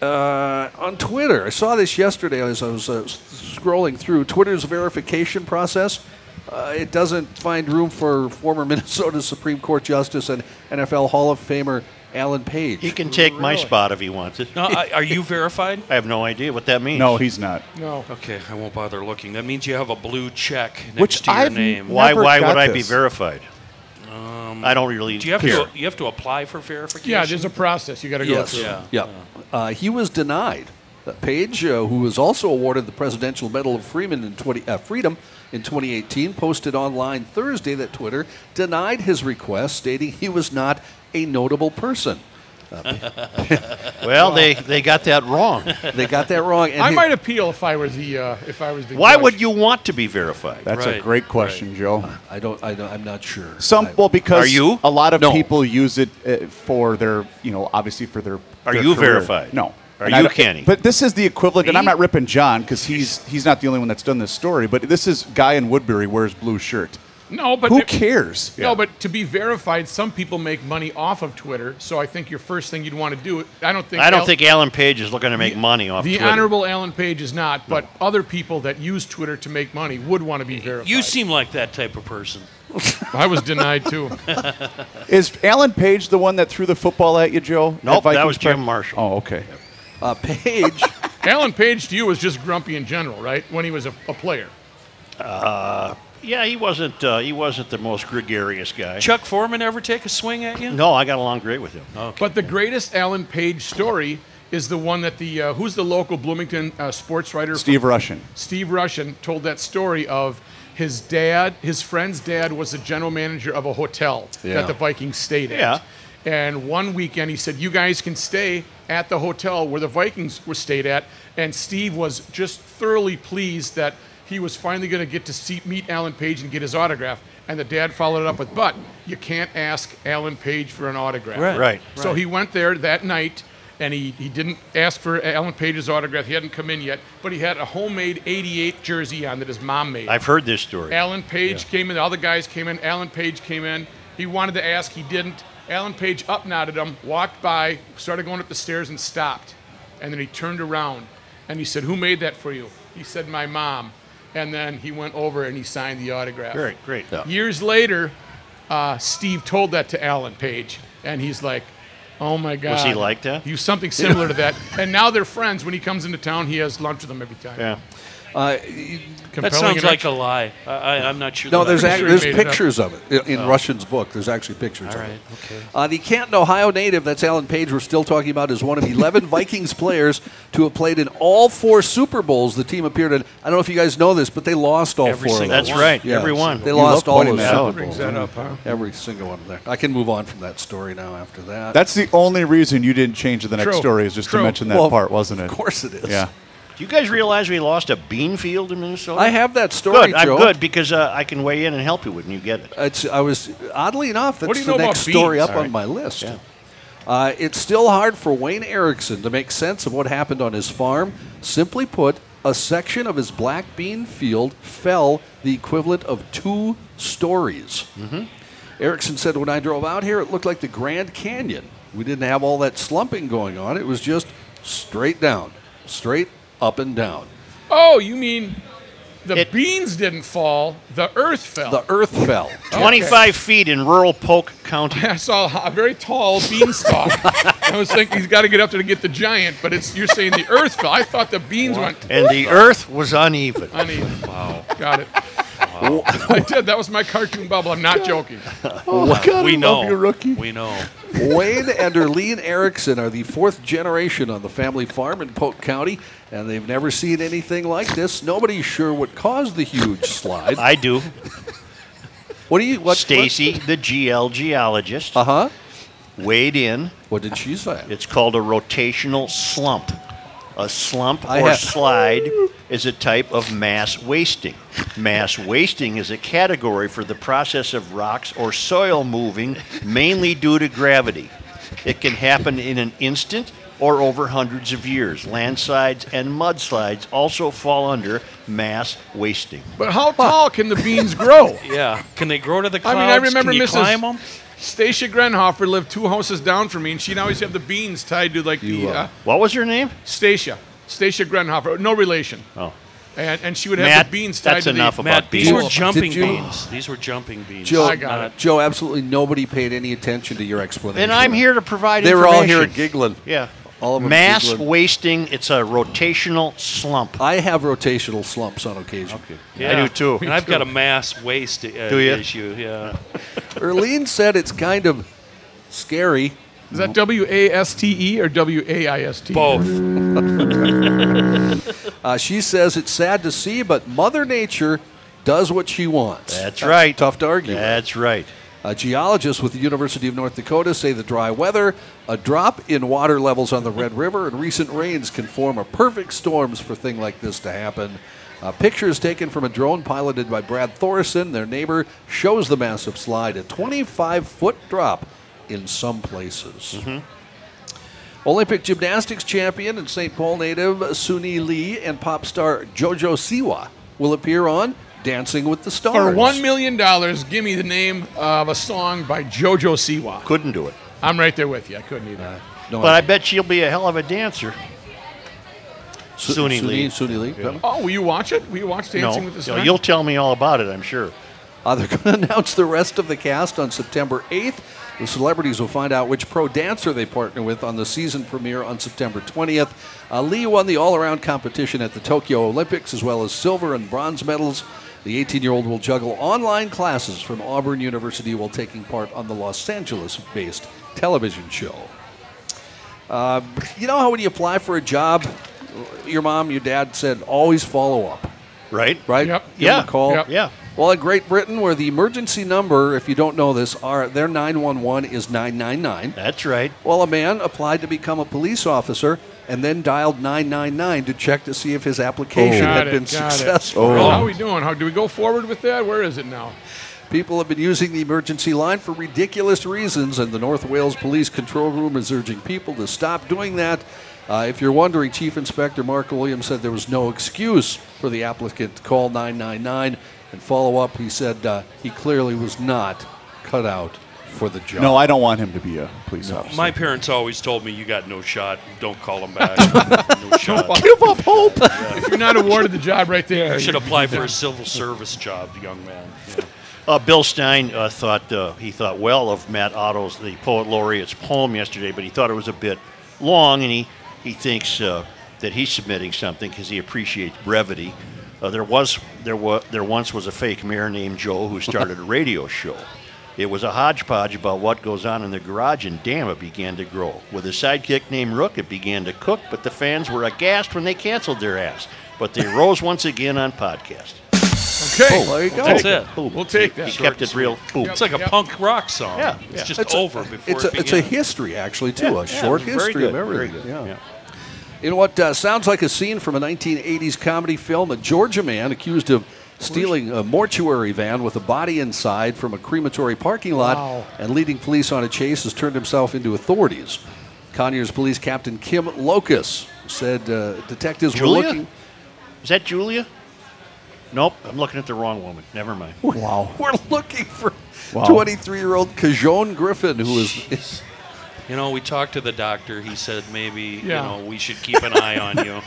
Uh, on Twitter, I saw this yesterday as I was uh, scrolling through Twitter's verification process. Uh, it doesn't find room for former Minnesota Supreme Court Justice and NFL Hall of Famer Alan Page.
He can take my spot if he wants it.
No, I- are you verified?
I have no idea what that means.
No, he's not.
No.
Okay, I won't bother looking. That means you have a blue check next
Which
to your
I've
name.
Why?
never
Why
got
would I be
this.
verified?
Um,
I don't really
Do you have
care.
to? You have to apply for verification.
Yeah, there's a process you got to go
yes.
through.
Yeah. Uh, he was denied. Uh, Page, uh, who was also awarded the Presidential Medal of Freeman in 20, uh, Freedom in 2018, posted online Thursday that Twitter denied his request, stating he was not a notable person.
Well, they, they got that wrong.
They got that wrong. and
I
he-
might appeal if I were the uh, if I was the.
Why
judge.
would you want to be verified?
That's a
Right,
great question, Joe.
I don't, I don't. I'm not sure.
Some well because
Are you?
a lot of
No.
people use it uh, for their you know obviously for their.
Are
their
you
career.
verified?
No.
Are
And I
you,
don't-
Kenny?
But this is the equivalent, and I'm
Me?
not ripping John because he's he's not the only one that's done this story. But this is guy in Woodbury wears blue shirt.
No, but
Who
it-
cares?
No, but to be verified, some people make money off of Twitter. So I think your first thing you'd want to do. I don't think.
I don't
Al-
think Alan Page is looking to make money off
the
Twitter.
honorable Alan Page is not, but other people that use Twitter to make money would want to be verified.
You seem like that type of person.
I was denied too.
Is Alan Page the one that threw the football at you, Joe?
Nope,
At Vikings
that was
Park?
Jim Marshall.
Oh, okay.
Uh, Page.
Alan Page to you was just grumpy in general, right? When he was a, a player.
Uh, yeah, he wasn't. Uh, he wasn't the most gregarious guy.
Chuck Foreman ever take a swing at you?
No, I got along great with him.
But the greatest Alan Page story is the one that the uh, who's the local Bloomington uh, sports writer
Steve Russian.
Steve Russian told that story of his dad, his friend's dad was the general manager of a hotel
Yeah.
that the Vikings stayed at.
Yeah.
And one weekend he said, You guys can stay at the hotel where the Vikings were stayed at. And Steve was just thoroughly pleased that he was finally going to get to see, meet Alan Page and get his autograph. And the dad followed it up with, But you can't ask Alan Page for an autograph.
Right. Right.
So
Right.
he went there that night and he, he didn't ask for Alan Page's autograph. He hadn't come in yet, but he had a homemade 88 jersey on that his mom made.
I've heard this story.
Alan Page came in, the other guys came in, Alan Page came in. He wanted to ask, he didn't. Alan Page up nodded him, walked by, started going up the stairs and stopped. And then he turned around and he said, Who made that for you? He said, My mom. And then he went over and he signed the autograph.
Great, great. Yeah.
Years later, uh, Steve told that to Alan Page, and he's like, "Oh my God."
Was he like that?
He was something similar to that, and now they're friends. When he comes into town, he has lunch with them every time.
Yeah.
Uh,
That sounds like a lie. I, I, I'm not sure.
No,
that
there's
I'm
ac-
sure he
there's
made it up.
pictures of it in in
Oh.
Russian's book. There's actually pictures of
All right,
it.
okay.
Uh, the Canton, Ohio native, that's Alan Page, we're still talking about, is one of 11 Vikings players to have played in all four Super Bowls the team appeared in. I don't know if you guys know this, but they lost all
Every
four of
single
those.
That's one. right, every one.
They
You
lost
love
all
pointing
those
that out.
Super Bowls.
Brings that up, huh?
Every single one of them. I can move on from that story now after that.
That's the only reason you didn't change to the next
uh, True.
story is just
True.
to mention that
Well,
part, wasn't it?
of course it is.
Yeah.
Do you guys realize we lost a bean field in Minnesota?
I have that story,
Good, I'm
Joe.
good because uh, I can weigh in and help you when you get it.
It's, I was oddly enough. That's
What do you
the
know about
next story up
beans? All
on
right.
my list.
Yeah.
Uh, it's still hard for Wayne Erickson to make sense of what happened on his farm. Simply put, a section of his black bean field fell the equivalent of two stories. Mm-hmm. Erickson said, "When I drove out here, it looked like the Grand Canyon. We didn't have all that slumping going on. It was just straight down, straight up and down.
Oh, you mean the beans didn't fall, the earth
Oh.
fell.
The earth fell."
25 feet in rural Polk County.
I saw a very tall beanstalk. I was thinking he's got to get up there to get the giant, but it's you're saying the earth fell. I thought the beans went.
And the earth was uneven.
Uneven. Wow. Got it. I did. That was my cartoon bubble. I'm not joking.
we know. We know.
Wayne and Erlene Erickson are the fourth generation on the family farm in Polk County, and they've never seen anything like this. Nobody's sure what caused the huge slide.
I do.
What Uh-huh. do you? What?
Stacy, the GL geologist. Uh
huh.
weighed in.
What did she say?
It's called a rotational slump. A slump
I
or
have-
slide is a type of mass wasting. Mass wasting is a category for the process of rocks or soil moving, mainly due to gravity. It can happen in an instant or over hundreds of years. Landslides and mudslides also fall under mass wasting.
But how tall can the beans grow?
Yeah. Can they grow to the
I
clouds?
mean, I remember
Can you
Mrs.
climb 'em?
Stacia Grenhofer lived two houses down from me, and she'd always have the beans tied to like the.
uh,
Uh,
what was her name?
Stacia. Stacia Grenhofer. No relation.
Oh.
And, and she would have
Matt,
the beans tied
that's
to the.
enough about
Matt, these were
Did
jumping
you-
beans. These were jumping beans.
Joe,
I got it.
Joe, absolutely nobody paid any attention to your explanation.
And I'm here to provide
They were all here
information.
giggling.
Yeah.
All of them
mass
giggling.
wasting. It's a rotational slump.
I have rotational slumps on occasion. Okay.
I do too.
And I've got a mass waste uh,
Do ya?
issue. Yeah.
Erlene said it's kind of scary.
Is that W A S T E or W A I S T? E?
Both. uh, she says it's sad to see, but Mother Nature does what she wants.
That's right.
Tough to argue.
That's right.
Uh, geologists with the University of North Dakota say the dry weather, a drop in water levels on the Red River, and recent rains can form a perfect storms for thing like this to happen. Uh, pictures taken from a drone piloted by Brad Thorson, their neighbor, shows the massive slide, a 25 foot drop in some places. Olympic gymnastics champion and St. Paul native Suni Lee and pop star JoJo Siwa will appear on Dancing with the Stars.
For one million dollars, give me the name of a song by JoJo Siwa.
Couldn't do it.
I'm right there with you. I couldn't
Uh,
either.
No,
But I bet she'll be a hell of a dancer.
Su-
Suni
Suni-
Lee.
Suni Lee.
Yeah.
Oh, will you watch it? Will you watch Dancing
no,
with the
no,
Stars?
you'll tell me all about it. I'm sure.
Uh, they're going to announce the rest of the cast on September 8th. The celebrities will find out which pro dancer they partner with on the season premiere on September 20th. Uh, Lee won the all around competition at the Tokyo Olympics, as well as silver and bronze medals. The 18 year old will juggle online classes from Auburn University while taking part on the Los Angeles based television show. Uh, you know how when you apply for a job, your mom, your dad said, always follow up.
Right?
Right?
Yep.
Give 'em
Yeah.
a call.
Yep. Yeah.
Well, in Great Britain, where the emergency number, if you don't know this, are their 911 is 999.
That's right.
Well, a man applied to become a police officer and then dialed 999 to check to see if his
Oh.
application
Oh. Got
had
it,
been
got it.
successful.
Well, How are we doing? How do we go forward with that? Where is it now?
People have been using the emergency line for ridiculous reasons, and the North Wales Police Control Room is urging people to stop doing that. Uh, if you're wondering, Chief Inspector Mark Williams said there was no excuse for the applicant to call 999 and follow up. He said uh, he clearly was not cut out for the job.
No, I don't want him to be a police officer.
My parents always told me you got no shot. Don't call them back. no shot.
Give up hope.
If you're not awarded the job right there,
You should apply for a civil service job, young man. Yeah.
Uh, Bill Stein uh, thought uh, he thought well of Matt Otto's the poet laureate's poem yesterday, but he thought it was a bit long, and he he thinks uh, that he's submitting something because he appreciates brevity. Uh, there was there was there once was a fake mayor named Joe who started a radio show. It was a hodgepodge about what goes on in the garage, and damn, it began to grow. With a sidekick named Rook, it began to cook, but the fans were aghast when they canceled their ass. But they rose once again on podcast. Oh,
Okay.
there you go.
That's it.
We'll take
He
that.
kept it real. Boom.
It's like a punk rock song.
Yeah,
It's
yeah.
just
It's a-
over before
it's
it
a, it's a
begins.
history, actually, too.
Yeah,
a
yeah,
short
it was very
history
good,
of
very
everything. yeah.
good, yeah.
In what uh, sounds like a scene from a 1980s comedy film, a Georgia man accused of stealing a mortuary van with a body inside from a crematory parking lot
Wow.
and leading police on a chase has turned himself into authorities. Conyers Police Captain Kim Locus said uh, detectives
Julia?
were looking.
Is that Julia? Nope, I'm looking at the wrong woman. Never mind.
Wow.
We're looking for
Wow.
23 year old Cajon Griffin, who is.
You know, we talked to the doctor. He said maybe
Yeah.
you know we should keep an eye on you.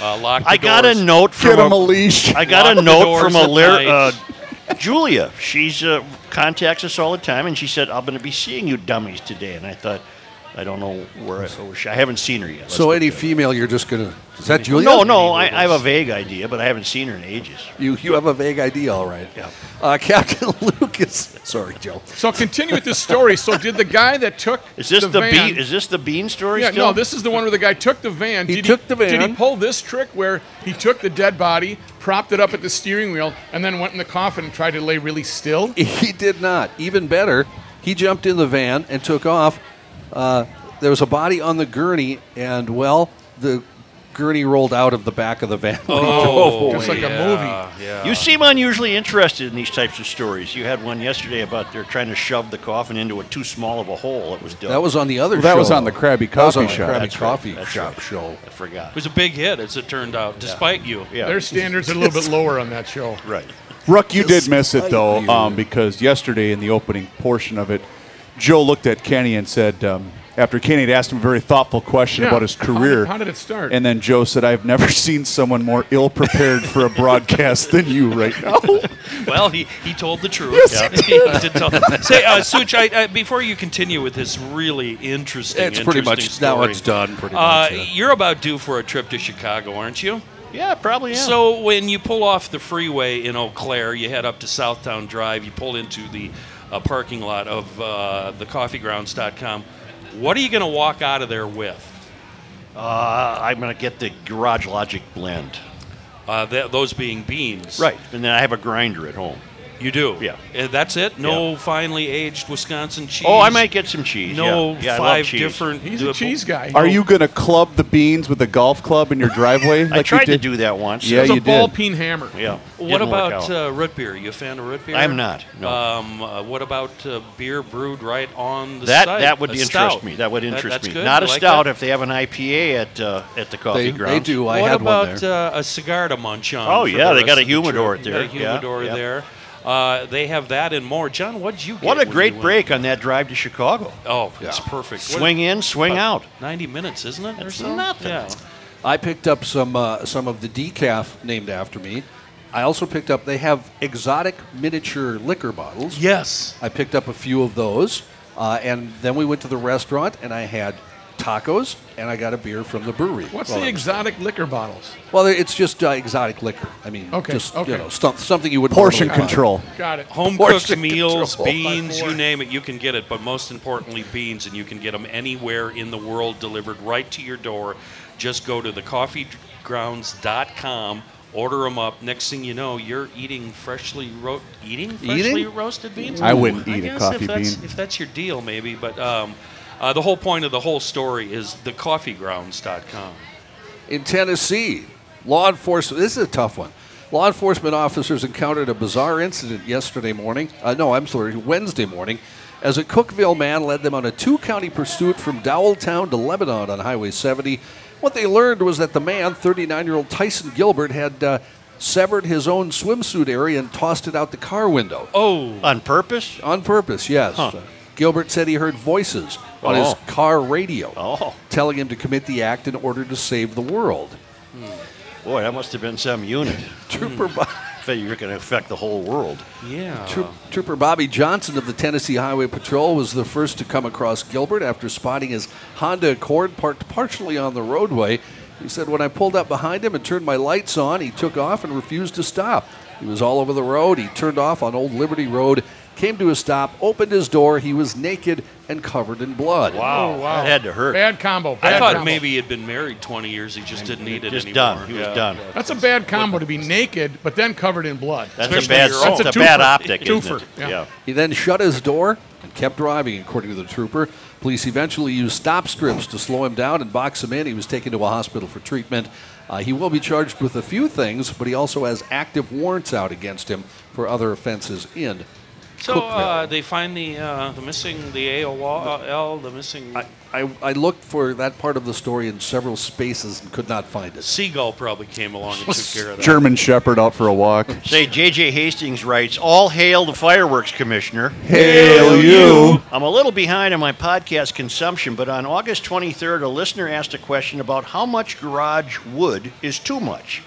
Uh, lock the
I got
doors.
a note from
Get him a leash.
I got
Lock the
a note
doors
from a
at
lar-
night.
uh, Julia. She's uh, contacts us all the time, and she said, "I'm going to be seeing you dummies today." And I thought, I don't know where I, oh, she- I haven't seen her yet. Let's
So,
put
any
that.
female you're just going to. Is that Julia?
No, no, I, I have a vague idea, but I haven't seen her in ages.
You you have a vague idea, all right.
Yeah.
Uh, Captain Lucas. Sorry, Joe.
So continue with this story. So did the guy that took
Is this the,
van,
bean? Is this the bean story?
yeah,
still?
no, this is the one where the guy took the van.
He
did
took
he,
the
Did
van.
he pull this trick where he took the dead body, propped it up at the steering wheel, and then went in the coffin and tried to lay really still?
He did not. Even better, he jumped in the van and took off. Uh, there was a body on the gurney, and well, the gurney rolled out of the back of the van. when he
Oh,
Oh,
Oh,
drove away.
You seem unusually interested in these types of stories. You had one yesterday about they're trying to shove the coffin into a too small of a hole. It was dope.
That was on the other.
Well, that
show.
was on the Krabby
That was
Coffee
on the
Shop.
Krabby
That's right.
Coffee
That's
Shop
right.
show.
I forgot.
It was a big hit, as it turned out, despite you.
Yeah.
Their standards are a little bit lower on that show.
Right.
Rook, you did miss
Oh,
it
Despite
though,
you.
um, because yesterday in the opening portion of it, Joe looked at Kenny and said, um, after Kenny had asked him a very thoughtful question
Yeah.
about his
How did-
career,
how did it start?
And then Joe said, "I've never seen someone more ill prepared for a broadcast than you right now."
Well, he, he told the truth.
Yes, he did.
tell- Say, uh, Such, I, I, before you continue with this really interesting,
It's pretty
interesting
much- now
story,
it's done, pretty
uh,
much, yeah.
You're about due for a trip to Chicago, aren't you?
Oh, Yeah, probably. am.
So when you pull off the freeway in Eau Claire, you head up to Southtown Drive. You pull into the uh, parking lot of uh, thecoffeegrounds.com. What are you going to walk out of there with?
Uh, I'm going to get the Garage Logic blend.
Uh, th- those being beans.
Right. And then I have a grinder at home.
You do.
Yeah.
Uh, that's it. No finely aged Wisconsin cheese.
Oh, I might get some cheese.
No
yeah. Yeah, I love
five
cheese.
different.
He's a cheese guy.
Are you going to club the beans with a golf club in your driveway?
I tried
you
to
did?
do that once.
Yeah,
It was a
you
ball
did.
Peen hammer.
Yeah.
What
Didn't work out.
about uh, root beer? You a fan of root beer?
I'm not, no.
Um, uh, what about uh, beer brewed right on the
that
site?
that would
A
interest
stout.
me. That would interest
that's
me.
good.
Not
You
a
like
stout
that?
if they have an IPA at uh, at the coffee
They- they
grounds.
do. I What had one about, there. uh, a cigar to munch on?
Oh
for
yeah, they
the rest
got a
of the trip?
humidor
You
there.
Got a humidor
yeah, yeah.
there. Uh, they have that and more. John, what'd you get?
What a
when you
great
went?
break on that drive to Chicago.
Oh, it's perfect. What-
Swing in, swing
about
out.
Ninety minutes, isn't it? or
That's
something?
nothing.
Yeah.
I picked up some uh, some of the decaf named after me. I also picked up they have exotic miniature liquor bottles.
Yes,
I picked up a few of those, uh, and then we went to the restaurant and I had tacos and I got a beer from the brewery.
What's
Well,
the exotic liquor bottles?
Well, it's just uh, exotic liquor. I mean,
Okay,
just
okay.
you know, stuff- something you would
Portion
normally buy.
control.
Got it.
Home cooked
Portion
meals,
control.
beans, you name it, you can get it. But most importantly, beans, and you can get them anywhere in the world delivered right to your door. Just go to thecoffeegrounds.com, order them up. Next thing you know, you're eating freshly ro- eating freshly
Eating?
roasted beans.
I wouldn't eat a
guess
coffee
if that's,
bean.
If that's your deal, maybe. But um, uh, the whole point of the whole story is thecoffeegrounds.com.
In Tennessee, law enforcement, this is a tough one. Law enforcement officers encountered a bizarre incident yesterday morning. Uh, no, I'm sorry, Wednesday morning, as a Cookville man led them on a two county pursuit from Dowelltown to Lebanon on Highway 70. What they learned was that the man, 39 year old Tyson Gilbert, had uh, severed his own swimsuit area and tossed it out the car window.
Oh.
On purpose?
On purpose, yes. Uh,
Huh.
Gilbert said he heard voices on
Oh.
his car radio
Oh.
telling him to commit the act in order to save the world.
Boy, that must have been some unit.
Trooper Bob.
You're going to affect the whole world.
Yeah.
Troop, Trooper Bobby Johnson of the Tennessee Highway Patrol was the first to come across Gilbert after spotting his Honda Accord parked partially on the roadway. He said, When I pulled up behind him and turned my lights on, he took off and refused to stop. He was all over the road. He turned off on Old Liberty Road, came to a stop, opened his door. He was naked and covered in blood.
Wow, that had to hurt.
Bad combo. Bad
I thought
combo.
maybe he had been married 20 years. He just didn't need it
Just
anymore.
done. He was
Yeah.
done.
That's a bad combo to be naked, but then covered in blood.
That's a bad.
your own.
That's a
That's a
bad
twofer.
optic. isn't
Twofer,
it?
yeah.
He then shut his door and kept driving, according to the trooper. Police eventually used stop strips to slow him down and box him in. He was taken to a hospital for treatment. Uh, he will be charged with a few things, but he also has active warrants out against him for other offenses in.
So uh, they find the uh, the missing the AOL, the missing
I, I looked for that part of the story in several spaces and could not find it.
seagull probably came along and took care of that.
German Shepherd out for a walk.
Say, J.J. Hastings writes, All hail the fireworks commissioner.
Hail you.
I'm a little behind on my podcast consumption, but on August 23rd, a listener asked a question about how much garage wood is too much.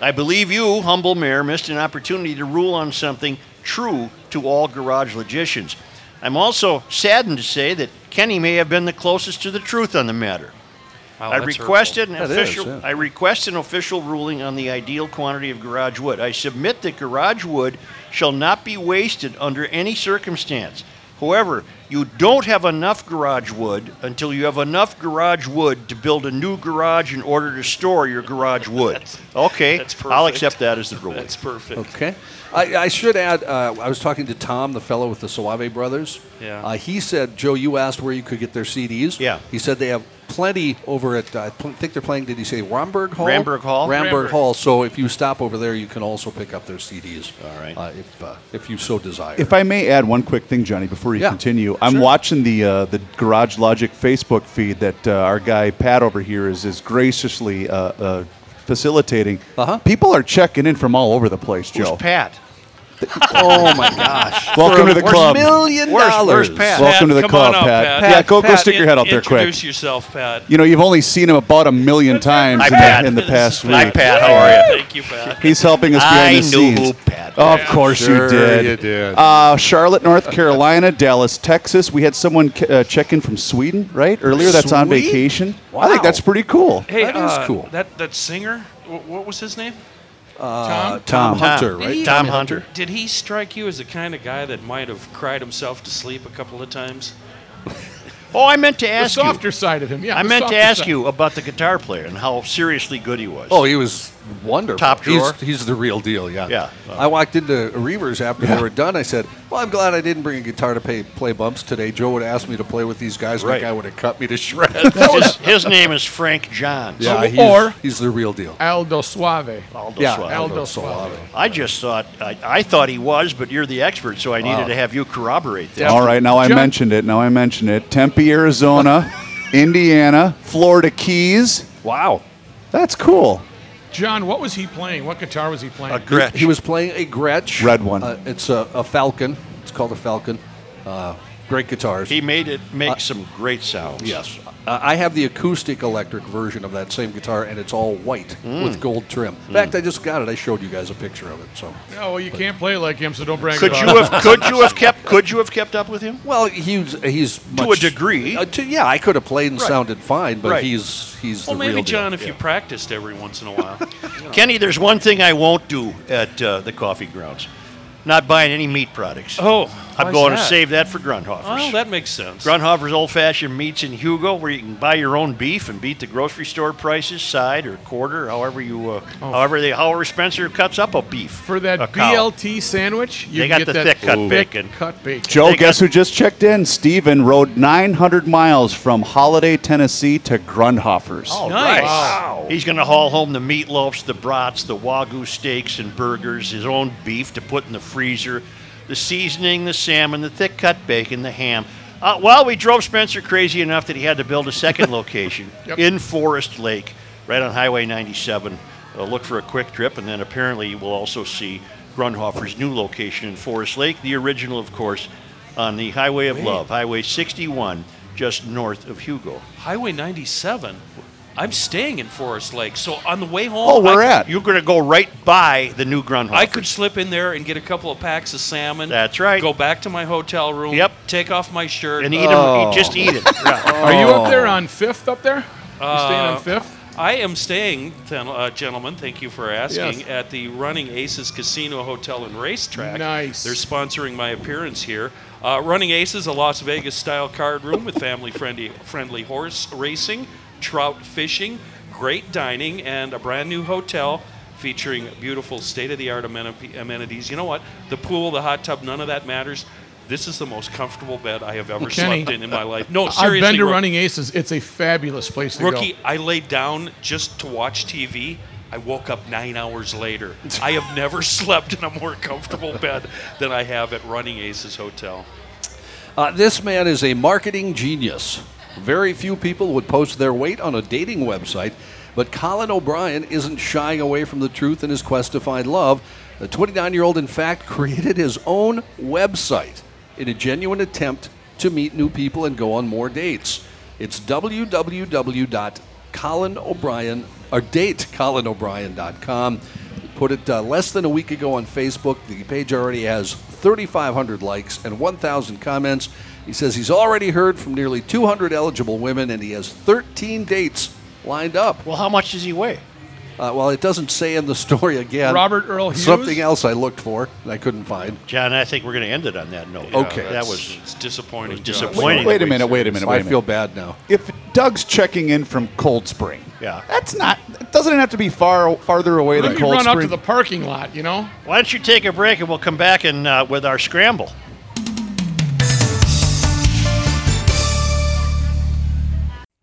I believe you, humble mayor, missed an opportunity to rule on something true to all garage logicians. I'm also saddened to say that Kenny may have been the closest to the truth on the matter.
Wow,
I
that's
requested an
hurtful. That is,
official.
yeah.
I request an official ruling on the ideal quantity of garage wood. I submit that garage wood shall not be wasted under any circumstance. However, you don't have enough garage wood until you have enough garage wood to build a new garage in order to store your garage wood. Okay, I'll accept that as the rule. That's
perfect.
Okay. I, I should add, uh, I was talking to Tom, the fellow with the Suave Brothers.
Yeah.
Uh, he said, Joe, you asked where you could get their CDs. Yeah. He said they have plenty over at, uh, I pl- think they're playing, did he say Romberg Hall?
Ramberg Hall.
Ramberg,
Ramberg.
Hall. So if you stop over there, you can also pick up their CDs. All right. Uh, if, uh, if you so desire.
If I may add one quick thing, Johnny, before you
Yeah,
continue, I'm watching the uh, the Garage Logic Facebook feed that uh, our guy Pat over here is is graciously uh, uh, facilitating. Uh-huh. People are checking in from all over the place, Joe.
Pat.
oh my gosh!
Welcome to the club.
Where's- where's Pat?
Welcome to the
come
club,
on up,
Pat.
Pat.
Yeah, go, go
Pat,
stick your head out there quick.
Introduce yourself, Pat.
You know, you've only seen him about a million times
Hi,
in, the,
Pat.
in the
This
past
is
week.
Pat. Hi, how are ya? Thank you, Pat.
He's helping us
I
behind the
knew
scenes.
who Pat
Of
was.
course
Sure
you did.
you did.
Uh, Charlotte, North Carolina, Dallas, Texas. We had someone ca- uh, check in from Sweden, right? Earlier, that's on
Sweden?
vacation. I think that's pretty cool.
Hey,
that is
uh,
cool.
That that singer, what, what was his name?
Tom? Tom Hunter, right?
Did he-
Tom Hunter.
Did he strike you as the kind of guy that might have cried himself to sleep a couple of times?
Oh, I meant to ask you.
softer side of him, yeah,
I
the
meant to
softer
ask
side.
you about the guitar player and how seriously good he was.
Oh, he was wonderful.
Top drawer?
He's, he's the real deal. Yeah.
Yeah.
I walked into Reavers after they were done. I said, "Well, I'm glad I didn't bring a guitar to pay, play bumps today. Joe would ask me to play with these guys,
Right.
and that guy would have cut me to shreds." That was-
his, his name is Frank Johns.
yeah, he's,
or-
he's the real deal.
Aldo Suave.
Aldo
Yeah,
Suave.
Aldo Suave.
I just thought I, I thought he was, but you're the expert, so I needed
Wow.
to have you corroborate that.
Ah. All right, now I mentioned it. Now I mentioned it. Tempe, Arizona, Indiana, Florida Keys.
Wow.
That's cool.
John, what was he playing? What guitar was he playing?
A Gretsch.
He, he was playing a Gretsch.
Red one.
Uh, it's a, a Falcon. It's called a Falcon. Uh, great guitars. Uh,
He made it make some great sounds.
Yes. Uh, I have the acoustic electric version of that same guitar, and it's all white
Mm.
with gold trim. In fact, I just got it. I showed you guys a picture of it. So.
No, Oh, well, you can't play like him, so don't brag
Could
about
you
it.
have could you have kept could you have kept up with him?
Well, he's he's
To a degree.
Uh, to- yeah, I could have played and
Right.
sounded fine, but
Right.
he's he's
well,
the
maybe
real
John,
deal.
if you practiced every once in a while. you know.
Kenny, there's one thing I won't do at uh, the coffee grounds. Not buying any meat products.
Oh,
I'm
why's
going to
that?
save that for Grunhoffers.
Well, that makes sense.
Grunhofer's Old Fashioned Meats in Hugo, where you can buy your own beef and beat the grocery store prices, side or quarter, however you, uh, however they, however Spencer cuts up a beef for
Oh. that
a cow.
BLT sandwich. You
They
can
got
get
the
that
thick cut
thick
bacon.
Cut bacon.
Joe, guess who just checked in? Steven rode 900 miles from Holiday, Tennessee to Grundhoffers.
Oh,
All right. He's going to haul home the meatloafs, the brats, the wagyu steaks and burgers, his own beef to put in the freezer, the seasoning, the salmon, the thick cut bacon, the ham. Uh, well, we drove Spencer crazy enough that he had to build a second location
Yep.
in Forest Lake, right on Highway 97. Uh, look for a quick trip, and then apparently you will also see Grunhofer's new location in Forest Lake, the original, of course, on the Highway of
Wait.
Love, Highway 61, just north of Hugo.
Highway 97. I'm staying in Forest Lake, so on the way home,
Oh, we're
I,
at. You're going to go right by the new Grunhofer.
I could slip in there and get a couple of packs of salmon.
That's right.
Go back to my hotel room.
Yep.
Take off my shirt
And eat 'em- Oh. eat- just eat it. Yeah.
Are you up
Oh.
there on Fifth? Up there? You staying on
Uh,
Fifth?
I am staying, then, uh, gentlemen. Thank you for asking.
Yes.
At the Running Aces Casino Hotel and Racetrack. Nice. They're sponsoring my appearance here. Uh, Running Aces, a Las Vegas style card room with family friendly friendly horse racing, trout fishing, great dining, and a brand new hotel featuring beautiful state of the art amenities. You know what? The pool, the hot tub, none of that matters. This is the most comfortable bed I have ever
Kenny,
slept in in my life. No,
I've
seriously.
been to
Ro-
Running Aces. It's a fabulous place to
Rookie,
go.
I laid down just to watch TV. I woke up nine hours later. I have never slept in a more comfortable bed than I have at Running Aces Hotel.
Uh, this man is a marketing genius. Very few people would post their weight on a dating website, but Colin O'Brien isn't shying away from the truth in his quest to find love. The 29 year old, in fact, created his own website in a genuine attempt to meet new people and go on more dates. It's www.colinobrien or datecolinobrien.com. Put it uh, less than a week ago on Facebook. The page already has 3,500 likes and 1,000 comments. He says he's already heard from nearly 200 eligible women and he has 13 dates lined up.
Well, how much does he weigh?
Uh, well, it doesn't say in the story again.
Robert Earl Hughes?
Something else I looked for and I couldn't find.
John, I think we're going to end it on that note.
Okay.
that was
it's disappointing.
disappointing.
Wait a minute. Wait a minute.
So I
wait a minute.
feel bad now.
If Doug's checking in from Cold Spring,
Yeah.
that's not. Doesn't it have to be far farther away
Let
than
me
Cold
run
Spring?
up to the parking lot, you know?
Why don't you take a break and we'll come back and uh, with our scramble.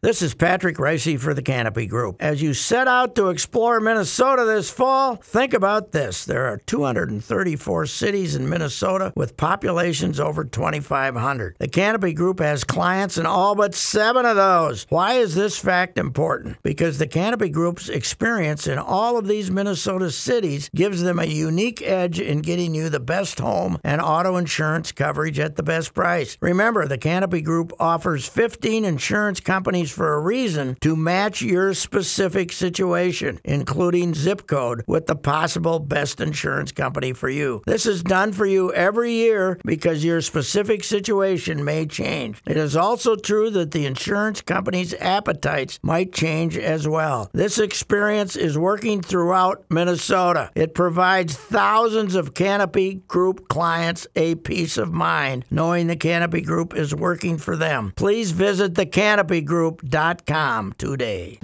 This is Patrick Ricey for the Canopy Group. As you set out to explore Minnesota this fall, think about this. There are 234 cities in Minnesota with populations over 2,500. The Canopy Group has clients in all but seven of those. Why is this fact important? Because the Canopy Group's experience in all of these Minnesota cities gives them a unique edge in getting you the best home and auto insurance coverage at the best price. Remember, the Canopy Group offers 15 insurance companies for a reason to match your specific situation, including zip code, with the possible best insurance company for you. This is done for you every year because your specific situation may change. It is also true that the insurance company's appetites might change as well. This experience is working throughout Minnesota. It provides thousands of Canopy Group clients a peace of mind knowing the Canopy Group is working for them. Please visit thecanopygroup.com today.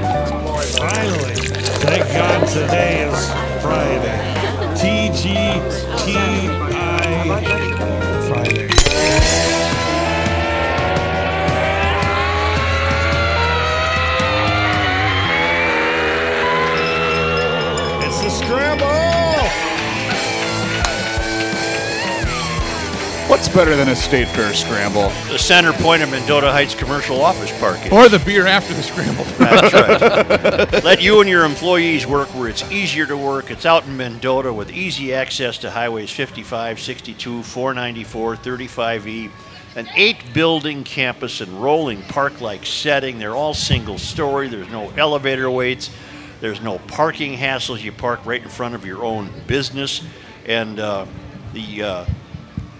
Finally, thank God today is Friday. TGTI Friday.
It's the scramble.
What's better than a state fair scramble?
The center point of Mendota Heights Commercial Office Parking.
Or the beer after the scramble.
That's right. Let you and your employees work where it's easier to work. It's out in Mendota with easy access to highways 55, 62, 494, 35E, E, an eight building campus and rolling park like setting. They're all single story, there's no elevator waits, there's no parking hassles. You park right in front of your own business, and uh, the uh,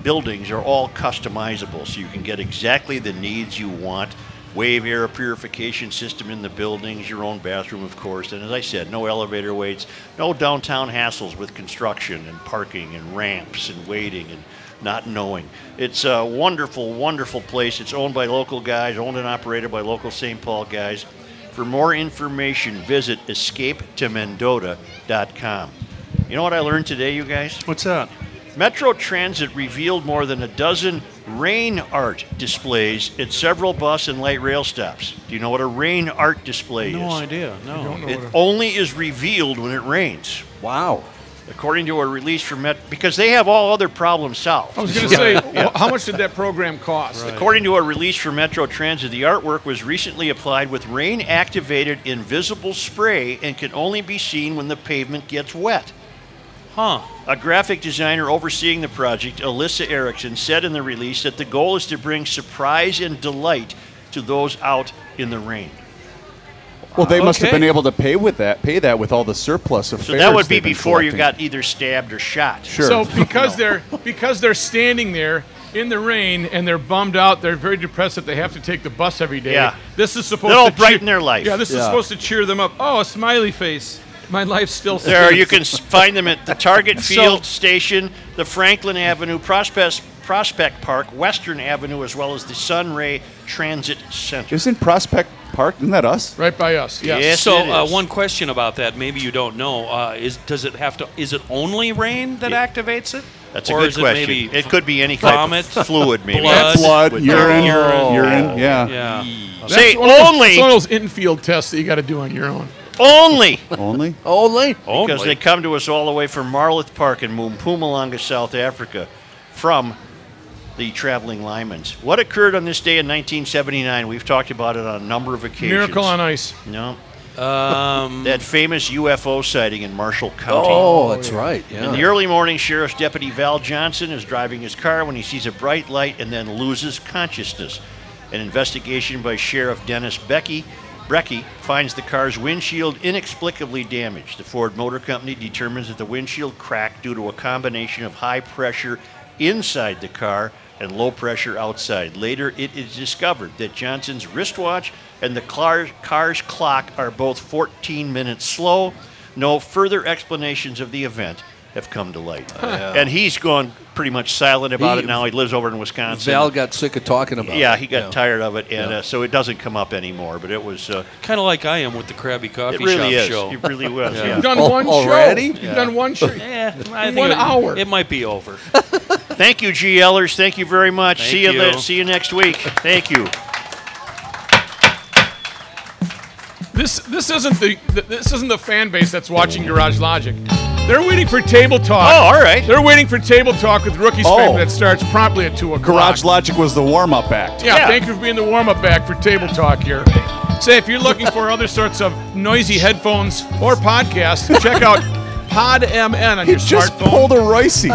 buildings are all customizable so you can get exactly the needs you want wave air purification system in the buildings your own bathroom of course and as i said no elevator waits no downtown hassles with construction and parking and ramps and waiting and not knowing it's a wonderful wonderful place it's owned by local guys owned and operated by local st paul guys for more information visit escapetomendota.com you know what i learned today you guys
what's that
Metro Transit revealed more than a dozen rain art displays at several bus and light rail stops. Do you know what a rain art display
No
is?
idea. No.
It only is revealed when it rains.
Wow.
According to a release from Met, because they have all other problems solved.
I was going to say, wh- how much did that program cost?
According to a release from Metro Transit, the artwork was recently applied with rain activated invisible spray and can only be seen when the pavement gets wet.
Huh.
A graphic designer overseeing the project, Alyssa Erickson, said in the release that the goal is to bring surprise and delight to those out in the rain.
Well, they must have
Okay.
been able to pay with that, pay that with all the surplus of.
So that
fares
would be
they've been
before you
collecting.
got either stabbed or shot.
So because they're because they're standing there in the rain and they're bummed out, they're very depressed that they have to take the bus every day.
Yeah.
This is supposed
That'll
to
brighten their life.
Yeah, this is
Yeah.
supposed to cheer them up. Oh, a smiley face. My life's still
There,
spins.
you can s- find them at the Target
So-
Field Station, the Franklin Avenue, Prospect, Prospect Park, Western Avenue, as well as the Sunray Transit Center.
Isn't Prospect Park? Isn't that us?
Right by us.
so Uh, one question about that, maybe you don't know, uh, is does it have to? Is it only rain that activates it?
That's a
Or
good
is
question.
It, maybe
It could be any type of
vomit,
fluid, maybe.
blood,
Blood,
with-
urine,
urine,
urine, yeah.
yeah.
That's one of those- it's one of those infield tests that you got to do on your own.
Only.
Only?
Only.
Because they come to us all the way from Marloth Park in Mpumalanga, South Africa, from the traveling Lymans. What occurred on this day in 1979? We've talked about it on a number of occasions.
Miracle on Ice.
No.
Um,
that famous UFO sighting in Marshall County.
Oh, that's right, yeah.
In the early morning, Sheriff's Deputy Val Johnson is driving his car when he sees a bright light and then loses consciousness. An investigation by Sheriff Dennis Becky Brecky finds the car's windshield inexplicably damaged. The Ford Motor Company determines that the windshield cracked due to a combination of high pressure inside the car and low pressure outside. Later, it is discovered that Johnson's wristwatch and the car- car's clock are both 14 minutes slow. No further explanations of the event have come to light.
Huh.
And he's gone pretty much silent about
He-
it now. He lives over in Wisconsin.
Val got sick of talking about
yeah,
it.
he got
Yeah.
tired of it, and
Yeah.
uh, so it doesn't come up anymore. But it was uh,
Kind of like I am with the Krabby Coffee
It really
Shop
is.
show.
It really was, yeah.
You've done
Al-
one
already?
show.
Yeah.
You've done one show.
Yeah, I think
one
it-
hour.
It might be over.
Thank you, GLers. Thank you very much.
Thank
see you.
you.
la- see you next week. Thank you.
This this isn't the th- this isn't the fan base that's watching Garage Logic. They're waiting for table talk.
Oh, all right.
They're waiting for table talk with rookies
Oh.
Family that starts promptly at two o'clock.
Garage Logic was the warm up act.
Yeah, thank you for being the warm up back for Table Talk here. Say, if you're looking for other sorts of noisy headphones or podcasts, check out PodMN on
He
your
just
smartphone.
pulled a Ricey.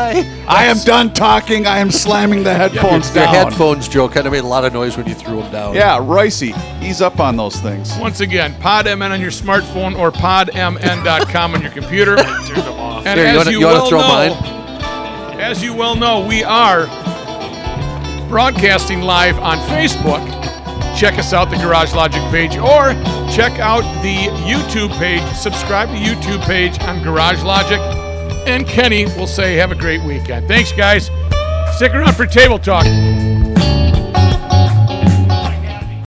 I am done talking. I am slamming the headphones
your,
down.
Your headphones, Joe, kind of made a lot of noise when you threw them down.
yeah, Ricey. He's up on those things.
Once again, PodMN on your smartphone or podmn.com on your computer. And
Here, you
as
wanna-
you,
you wanna
well
throw
know, as you well know, we are broadcasting live on Facebook. Check us out the Garage Logic page or check out the YouTube page. Subscribe to YouTube page on Garage Logic. And Kenny will say, "Have a great weekend." Thanks, guys. Stick around for table talk.